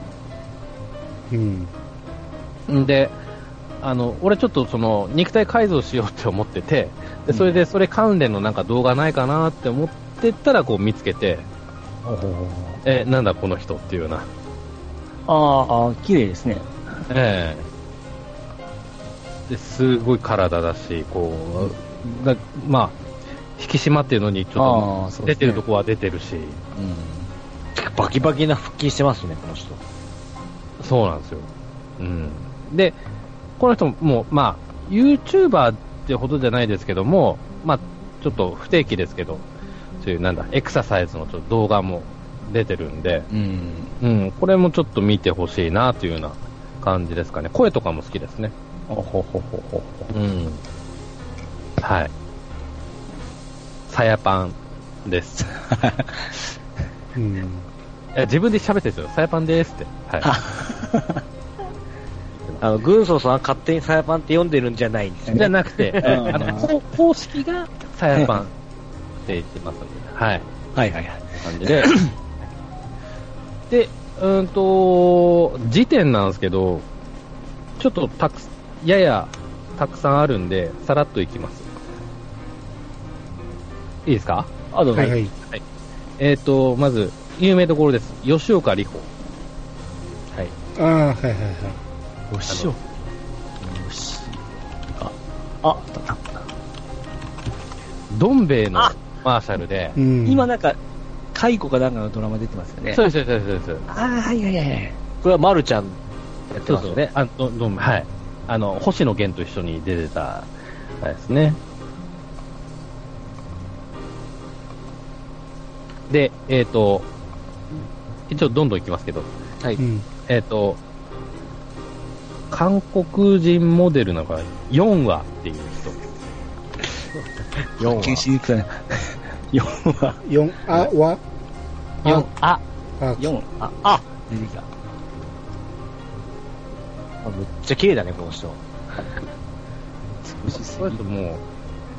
B: い。うん。
A: んで、あの、俺ちょっとその、肉体改造しようって思ってて、でそれで、それ関連のなんか動画ないかなって思ってったら、こう見つけて、えーなんだこの人っていうような。
C: ああ、綺麗ですね。
A: ええですごい体だし、こう、だまあ、引き締まってるのに、ちょ
C: ああ、
A: っ
C: そ
A: と、
C: う
A: 出
C: で
A: て
C: すね
A: るとこは出てるし、
D: バキバキな腹筋してますね、この人。
A: そうなんですよ。うん。で、この人も、もうまあ、YouTuber ってほどじゃないですけども、まあ、ちょっと不定期ですけど、そういう、なんだ、エクササイズのちょっと動画も出てるんで、
C: うん。うん。
A: うん、これもちょっと見てほしいな、というような感じですかね。声とかも好きですね。
C: ほほほほほほ。
A: うん。はい。さやパン です。
B: うん。
A: いや自分で喋ってるんですよ。さやパンですって。は
D: あの、軍曹さんは勝手にサヤパンって読んでるんじゃないんで す
A: い。じゃなくて、
C: ん
A: あの、こ う公式がさやパンって言ってますんで、 はい。
C: はいはいはい。
A: 感じ で。で、うーんと、時点なんですけど、ちょっとたくす、ややたくさんあるんで、さらっといきます。いいですか
C: あ、どうぞ。
B: はいはい。
A: えっ、と、まず、有名どころです。吉岡里帆。はい。
B: ああ、はいはいはい。
C: よしよ。よし。あ、あ、あったあった
A: どん兵衛のマーシャルで、
B: うん。
C: 今なんか、解雇かなんかのドラマ出てますよね。
A: そうです、そうです、そうです。
C: ああ、はいはいはい。
D: これはマルちゃんやって
A: そう
D: ま
A: そ
D: すよ
A: う
D: ね。
A: ね。あどどんはい。あの、星野源と一緒に出てた、あれですね。で、えっ、と、一応どんどんいきますけど、
D: はい。
B: うん。
A: えっ、と、韓国人モデルなんか4話っていう人。
D: 4
C: 検視に行くとね。4は、
B: 4、あ、わ、
D: 4、あ、
B: あ、
C: 4、
D: あ、あ、
C: 出てきた。
D: めっちゃ綺麗だね、この人。
C: 美しす
A: これ
C: ぎる
A: ともう、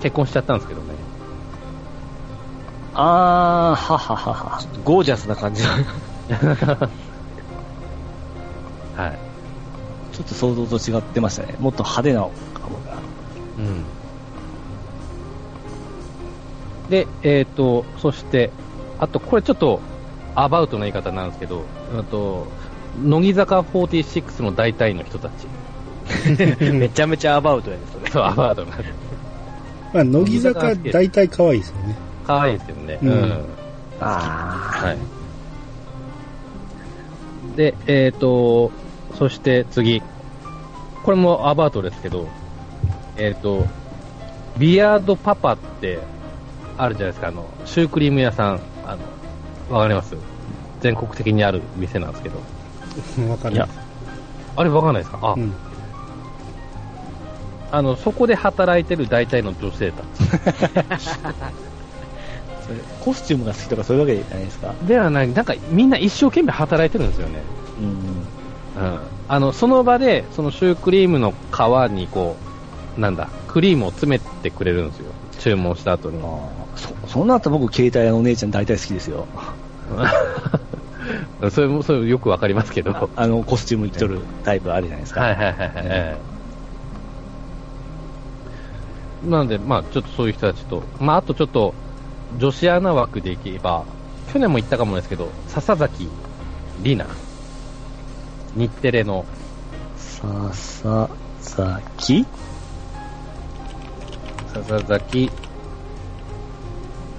A: 結婚しちゃったんですけどね。
C: ああ、はははは。
D: ゴージャスな感じ の。
A: はい。
C: ちょっと想像と違ってましたね。もっと派手な顔が。
A: うん。で、えっ、と、そして、あと、これちょっと、アバウトな言い方なんですけど、うんと、乃木坂46の大体の人たち。
D: めちゃめちゃアバウトやね、それ。
A: そう、アバウトな。
B: まあ、乃木坂大体可愛いですよね。
A: 可愛いですよね。
B: うん
D: あ
A: はい。で、えっ、と、そして次。これもアバウトですけど、えっ、と、ビアードパパってあるじゃないですか、あの、シュークリーム屋さん、あの、わかります全国的にある店なんですけど。
B: うんわかる。
A: いやあれわかんないですかあ、
B: うん。
A: あの、そこで働いてる大体の女性たち。
C: それコスチュームが好きとかそういうわけじゃないですか。
A: ではない、なんかみんな一生懸命働いてるんですよね。
C: うん。
A: うんあのその場でそのシュークリームの皮にこうなんだクリームを詰めてくれるんですよ注文した後に
C: ああ、そ、そんな後僕、携帯のお姉ちゃん大体好きですよ。
A: それもそれよくわかりますけどはい
C: あの、コスチューム着とるタイプあるじゃないですか。
A: はいはいはい、ええなのでまあちょっとそういう人たちとまああとちょっと女子アナ枠でいけば去年も言ったかもですけど笹崎里奈日テレの
C: ささ、さき
A: 笹崎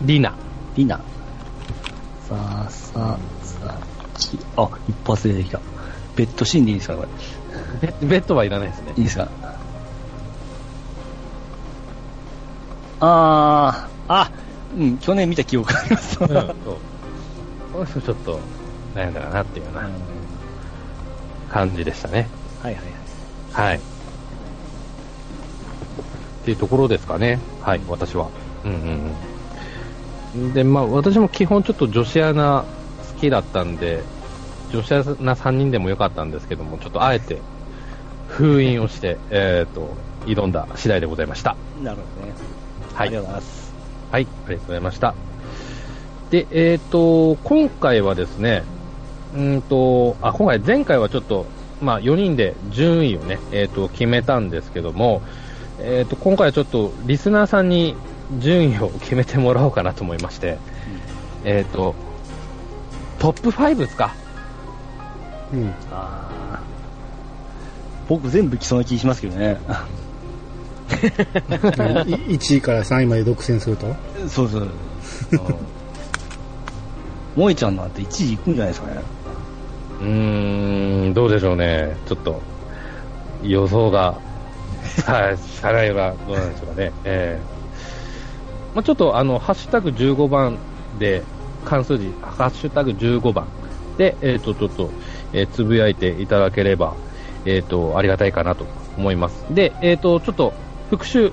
A: 里奈
C: りな。ささ、さき。あ、一発出てきた。ベッドシーンでいいですか、これ。
A: ベッベッドはいらないですね。
C: いいですか。あー、あ、うん、去年見た記憶があります。
A: うん、そう。この人ちょっと悩んだかなっていうよう
C: は
A: ない感じでしたね。
C: はいはい。
A: はい。っていうところですかね。はい、私は。うんうんうん。で、まあ私も基本ちょっと女子アナ好きだったんで、女子アナ3人でもよかったんですけども、ちょっとあえて封印をして、えっ、と、挑んだ次第でございました。
C: なるほどね。
A: は
C: あ
A: い
C: りが。とうございます。
A: はい、ありがとうございました。で、えっ、と、今回はですね、うーんと、あ、今回、前回はちょっと、まあ、4人で順位をね、えっ、と、決めたんですけども、えっ、と、今回はちょっと、リスナーさんに順位を 決めてもらおうかなと思いまして、えっ、と、トップ5ですか。
B: うん。
C: あー僕全部来そうな気しますけどね。
B: 1位から3位まで独占すると。
C: そう そう。萌えちゃんなんて1位いくんじゃないですかね。
A: うーん、どうでしょうね。ちょっと、予想が、はい、さらいはどうなんでしょうかね。ええまあちょっと、あの、ハッシュタグ15番で、関数字、ハッシュタグ15番で、えっ、と、ちょっと、えーつぶやいていただければ、えっ、と、ありがたいかなと思います。で、えっ、と、ちょっと、復習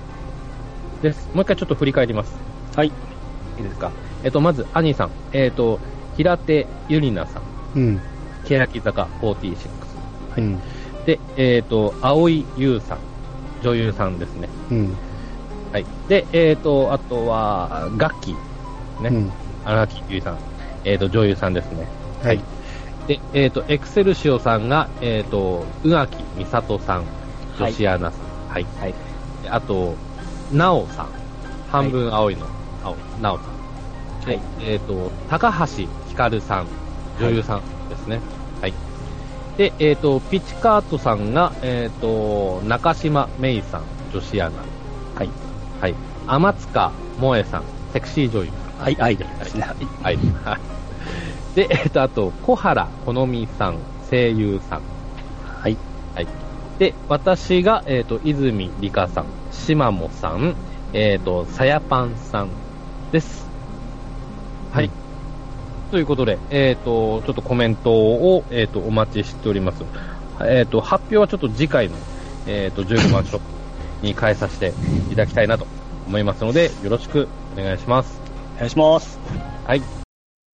A: です。もう一回ちょっと振り返ります。
C: はい。
A: いいですか。えっ、と、まず、アニーさん、えっ、と、平手ゆりなさん、
B: うん。
A: 欅坂46。
B: うん。
A: で、えっ、と、蒼井優さん、女優さんですね。
B: うん。
A: はい。で、えっ、と、あとは、ガッキー、ね。
B: うん。
A: 荒木優衣さん、えっ、と、女優さんですね。
B: はい。
A: で、えっ、と、エクセルシオさんが、えっ、と、宇垣美里さん、
C: は
A: 女
C: い
A: 子アナさん。はい。
D: はい。
A: であと、なおさん、半分青いの、青い、なおさん。
D: はい。
A: えっ、と、高橋ひかるさん、女優さんですね。はい。で、えっ、と、ピチカートさんが、えっ、と、中島芽衣さん、女子アナ。
C: はい。
A: はい。天塚萌えさん、セクシー女優さん。
C: はい、アイドルですね。はい。
A: はい。 はい。で、えっ、と、あと、小原好美さん、声優さん。
C: はい。
A: はい。で、私が、えっ、と、泉里香さん、しまもさん、えっ、と、さやぱんさんです。はい。ということで、えっ、と、ちょっとコメントを、えっ、と、お待ちしております。えっ、と、発表はちょっと次回の、えっ、と、15番ショップに変えさせていただきたいなと思いますので、よろしくお願いします。
C: お願いします。
A: はい。